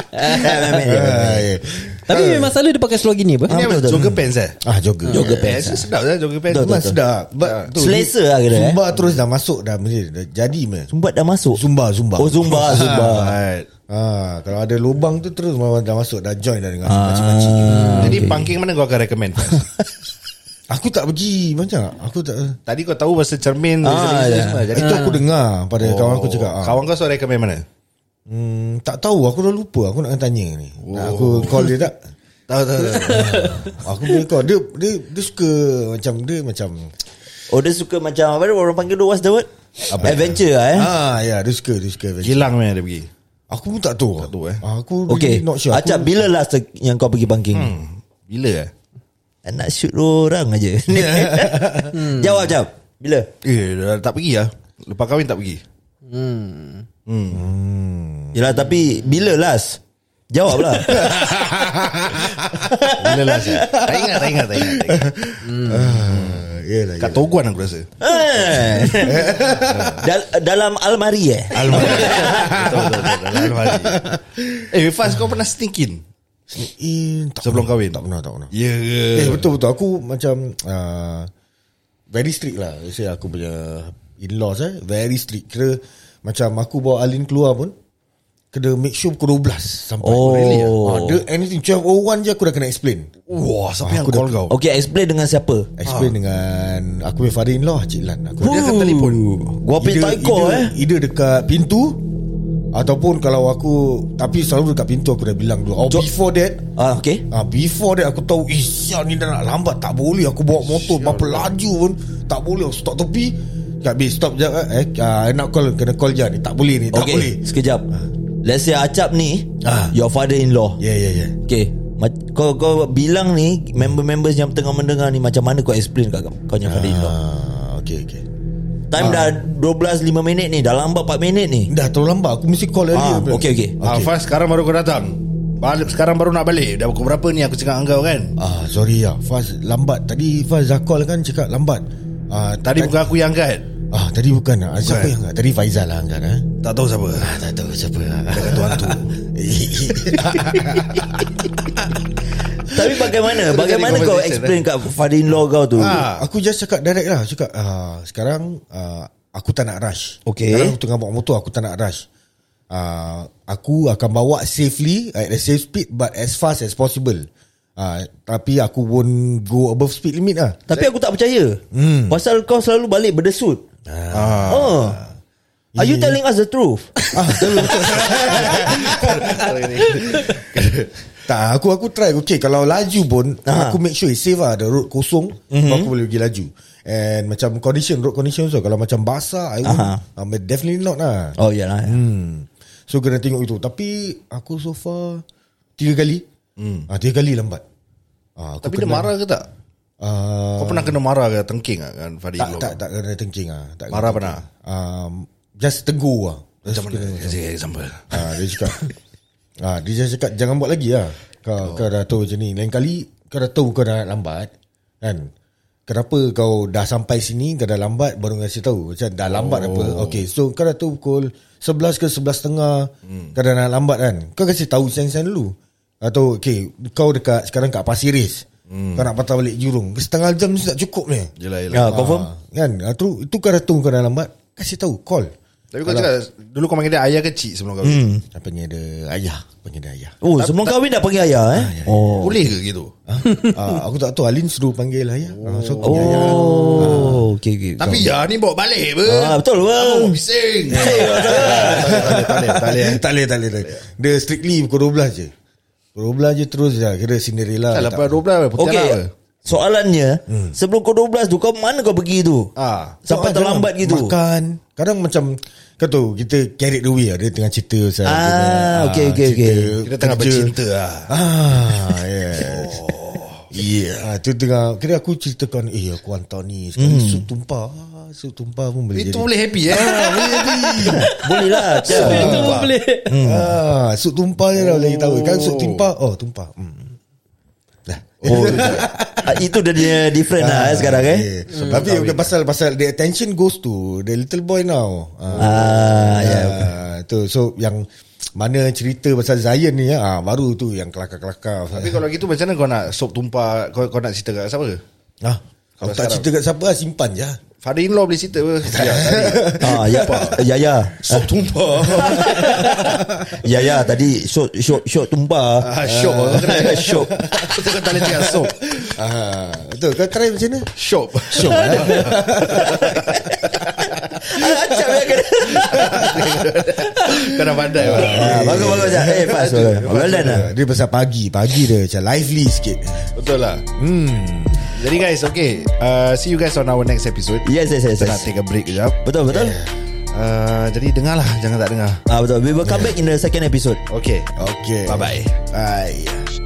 Speaker 3: Ah, yeah.
Speaker 1: Tapi memang selalu dia pakai seluar gini apa?
Speaker 4: Ini
Speaker 2: betul,
Speaker 4: apa?
Speaker 2: betul.
Speaker 4: Jogger pants eh?
Speaker 3: Ah, jogger
Speaker 2: Jogger
Speaker 4: Eh,
Speaker 2: pants.
Speaker 4: actually Sedap lah jogger pants.
Speaker 2: Betul,
Speaker 3: Zumba
Speaker 2: betul.
Speaker 3: sedap But tu,
Speaker 2: Selesa lah kira, eh?
Speaker 3: Zumba terus dah masuk dah mesti dah jadi meh.
Speaker 2: Sumbat dah masuk.
Speaker 3: Zumba Zumba.
Speaker 2: Oh Zumba Zumba.
Speaker 4: Alright.
Speaker 3: Ha, kalau ada lubang tu terus memang dah masuk dah join dah dengan
Speaker 2: Ah.
Speaker 3: macam-macam.
Speaker 4: Jadi pangking mana kau akan recommend?
Speaker 3: Aku tak pergi macam aku tak
Speaker 4: Tadi kau tahu pasal cermin
Speaker 2: Ah,
Speaker 4: laser-laser
Speaker 2: ya.
Speaker 4: semua. Jadi
Speaker 3: itu aku dengar pada oh, kawan aku cakap. Ha.
Speaker 4: Eh, Kawan ah. kau suruh recommend mana?
Speaker 3: Hmm, tak tahu aku dah lupa aku nak kena tanya ni. Oh. Nak aku call dia tak?
Speaker 4: Tahu
Speaker 3: Ah,
Speaker 4: tahu.
Speaker 3: aku boleh call dia dia dia suka macam dia macam
Speaker 2: Oh dia suka macam apa dia orang panggil tu what's the word? Adventure lah eh.
Speaker 3: ah ya dia suka dia suka.
Speaker 4: Hilang mana dia pergi?
Speaker 3: Aku pun tak tahu. Tak
Speaker 4: tahu, eh.
Speaker 3: Aku
Speaker 2: Okay.
Speaker 3: really not sure.
Speaker 2: Acap
Speaker 3: Aku,
Speaker 2: bila last yang kau pergi banking? Hmm.
Speaker 4: Bila eh?
Speaker 2: Nak shoot orang aja. hmm. Jawab Acap. Bila?
Speaker 4: Eh, dah tak pergi lah. Lepas kahwin tak pergi.
Speaker 2: Yalah tapi bila last? Jawab lah
Speaker 4: Bila last eh? Tak ingat Tak ingat Tak ingat, tak ingat. Ah,
Speaker 3: Yelah,
Speaker 4: Kat Toguan aku rasa
Speaker 2: Eh. Dal- Dalam almari eh
Speaker 4: Almari Betul betul, betul, betul Almari Eh Faz kau pernah stinking
Speaker 3: Eh, tak
Speaker 4: Sebelum
Speaker 3: pernah.
Speaker 4: kahwin?
Speaker 3: Tak pernah tak pernah
Speaker 4: Ya
Speaker 3: Eh
Speaker 4: yeah.
Speaker 3: betul betul aku macam uh, very strict lah. Let's Say aku punya in-laws eh very strict. Kira macam aku bawa Alin keluar pun kena make sure pukul 12 sampai.
Speaker 2: Oh. Really ah?
Speaker 3: Ada anything 12:01 je aku dah kena explain.
Speaker 4: Wah sampai yang
Speaker 3: Aku
Speaker 4: call
Speaker 3: dah-
Speaker 4: kau
Speaker 2: Okay explain dengan siapa
Speaker 3: Explain dengan aku punya father in law Cik Lan. Aku
Speaker 4: Dia akan telefon
Speaker 2: Gua pin tak ikut
Speaker 3: either,
Speaker 2: eh
Speaker 3: Either dekat pintu ataupun kalau aku tapi selalu dekat pintu aku dah bilang dulu. Oh before that
Speaker 2: Ah, okay
Speaker 3: Ah, before that aku tahu Eh sial ni dah nak lambat Tak boleh aku bawa motor Berapa laju pun Tak boleh aku stop tepi Kak B stop sekejap eh. eh ah, I nak call Kena call je ni Tak boleh ni Tak
Speaker 2: Okay
Speaker 3: boleh
Speaker 2: sekejap Let's say Acap ni
Speaker 3: Ah.
Speaker 2: Your father-in-law
Speaker 3: Ya ya ya
Speaker 2: Okay Ma- kau kau bilang ni member-members yang tengah mendengar ni macam mana kau explain kat kau
Speaker 3: Ah.
Speaker 2: punya father-in-law.
Speaker 3: Okay okay
Speaker 2: Time
Speaker 3: Ah.
Speaker 2: dah 12 5 minit ni, dah lambat 4 minit ni.
Speaker 3: Dah terlalu lambat Aku mesti call earlier
Speaker 2: Ah, okay okay.
Speaker 4: okay. ah, Faz sekarang baru kau datang Balik sekarang baru nak balik Dah pukul berapa ni Aku cakap dengan kau kan
Speaker 3: Ah, sorry lah Faz lambat Tadi Faz dah call kan Cakap lambat ah,
Speaker 4: Tadi
Speaker 3: tadi,
Speaker 4: bukan aku yang angkat
Speaker 3: ah, tadi bukan ah. Siapa
Speaker 4: Bukan.
Speaker 3: yang angkat? Tadi Faizal lah angkat eh?
Speaker 4: Tak tahu siapa
Speaker 3: ah, Tak tahu siapa Dekat tuan tu
Speaker 2: Tapi bagaimana? Bagaimana
Speaker 4: Jadi
Speaker 2: kau
Speaker 4: conversation,
Speaker 2: explain kat father-in-law kau tu?
Speaker 4: Ah.
Speaker 3: Aku just cakap direct lah Cakap ah, Sekarang ah, Aku tak nak rush
Speaker 2: Okay.
Speaker 3: Sekarang aku tengah bawa motor Aku tak nak rush ah, Aku akan bawa safely At a safe speed But as fast as possible ah, Tapi aku won't Go above speed limit lah
Speaker 2: Tapi aku tak percaya. Pasal kau selalu balik berdesut. Ah. Oh. Are you telling us the truth?
Speaker 3: Tak aku aku try Okay kalau laju pun
Speaker 2: Ah. Mhm.
Speaker 3: Aku make sure it's safe lah The road kosong mm-hmm. Aku boleh pergi laju And macam condition Road condition so Kalau macam basah I won't
Speaker 2: Aha.
Speaker 3: ah, Definitely not lah
Speaker 2: Oh yalah.
Speaker 3: Hmm. So kena tengok itu. Tapi aku so far tiga kali. Hmm. Ah tiga kali lambat. Ah aku
Speaker 4: Tapi dia marah ke tak
Speaker 3: Ah,
Speaker 4: Kau pernah kena marah ke Tengking lah kan Fadi
Speaker 3: tak tak tak kena tengking ah. Tak kena
Speaker 4: Marah
Speaker 3: tengking.
Speaker 4: pernah?
Speaker 3: Um, just tegur ah.
Speaker 4: Macam mana Kasi example
Speaker 3: Ah dia cakap. ah dia just cakap jangan buat lagi ah. Kau oh. kau dah tahu macam ni. Lain kali kau dah tahu kau dah lambat kan. Kenapa kau dah sampai sini Kau dah lambat Baru ngasih tahu Macam dah lambat oh. apa Okay so kau dah tahu pukul 11 ke 11.30 hmm. Kau dah nak lambat kan Kau kasi tahu sen-sen dulu Atau okay Kau dekat Sekarang kat Pasir Ris hmm. Kau nak patah balik jurung Setengah jam mesti tak cukup ni
Speaker 4: Yelah yelah
Speaker 2: Ya, confirm.
Speaker 3: Ah, Kan Ah, tu, Itu kau dah tahu kau dah lambat Kasih tahu call
Speaker 4: Tapi kau cakap Dulu kau panggil dia ayah ke cik Sebelum kau hmm.
Speaker 3: Apa ni ada ayah Panggil dia ayah
Speaker 2: Oh, sebelum kahwin dah panggil ayah eh?
Speaker 4: ya.
Speaker 2: Oh.
Speaker 4: Boleh ke gitu
Speaker 3: Ah, Aku tak tahu Alin suruh panggil ayah Ah, So aku panggil ayah
Speaker 2: Oh, okay, okay.
Speaker 4: Tapi ya ni bawa balik apa
Speaker 2: Ah, betul, bang.
Speaker 4: Kamu bising Tak boleh Tak boleh
Speaker 3: tak boleh, tak boleh, tak boleh. Dia strictly pukul 12 je. Pukul 12 je terus dah. Kira Cinderella.
Speaker 4: Tak
Speaker 3: Tak
Speaker 4: lepas 12 apa Putih
Speaker 2: Okay.
Speaker 4: okay.
Speaker 2: Soalannya, sebelum kau 12 tu kau mana kau pergi tu?
Speaker 4: Ah.
Speaker 2: Sampai
Speaker 3: Ah,
Speaker 2: terlambat
Speaker 3: jangan
Speaker 2: gitu.
Speaker 3: Makan. Kadang macam, kau tahu, kita carried away lah. Dia tengah cerita. Pasal
Speaker 2: Ah,
Speaker 3: dia
Speaker 2: okay,
Speaker 3: punya, ah,
Speaker 2: okay,
Speaker 3: cerita
Speaker 2: okay.
Speaker 4: Kita tengah
Speaker 3: kerja.
Speaker 4: bercinta lah
Speaker 3: Ah, yes. Yeah. Ah, tu tengah Kira aku ceritakan Eh aku hantar ni Sekali hmm. sup tumpah Ah, Sup tumpah pun boleh
Speaker 4: Itu
Speaker 3: jadi
Speaker 4: boleh happy eh
Speaker 2: Boleh lah. Cia.
Speaker 1: Itu pun boleh
Speaker 2: Hmm.
Speaker 3: ah, Sup tumpah je dah Lagi tahu Kan sup tumpah Oh tumpah hmm. Dah
Speaker 2: Oh, ah, itu dia, dia different lah eh, sekarang eh.
Speaker 3: Ah, Yeah. Tapi bukan pasal pasal the attention goes to the little boy now.
Speaker 2: Ah,
Speaker 3: ya. Tu so yang mana cerita pasal Zion ni ah baru tu yang kelakar-kelakar.
Speaker 4: Tapi kalau gitu macam mana kau nak Sop tumpah Kau, kau nak cerita kat siapa
Speaker 3: Ah, kalau
Speaker 4: sekarang-
Speaker 3: tak cerita kat siapa lah, simpan je.
Speaker 4: Father-in-law boleh cerita apa Ya tadi
Speaker 2: Ah, ya, ya, ya.
Speaker 4: Sop tumpah
Speaker 2: Ya, ya. Tadi short, short, short tumpah.
Speaker 4: Ah, Shop Kau kena-
Speaker 2: Shop.
Speaker 4: Kau tak boleh cakap sop
Speaker 3: Ah, betul kau try macam mana?
Speaker 4: Shop
Speaker 3: Syok lah.
Speaker 2: eh. Acap dia kena.
Speaker 4: Kau dah pandai lah
Speaker 2: Ah, Bagus, bagus. Acap. Eh, pas. Well done lah.
Speaker 3: Dia pasal pagi, pagi dia macam lively sikit.
Speaker 4: Betul lah hmm. Jadi guys okay uh, See you guys on our next episode
Speaker 2: Yes, yes, yes.
Speaker 4: Kita
Speaker 2: yes.
Speaker 4: nak take a break kejap
Speaker 2: Betul, betul.
Speaker 4: uh, Jadi dengar lah Jangan tak dengar
Speaker 2: Ah, betul. We will come back in the second episode.
Speaker 4: Okay
Speaker 3: Okay.
Speaker 4: Bye-bye
Speaker 3: Bye.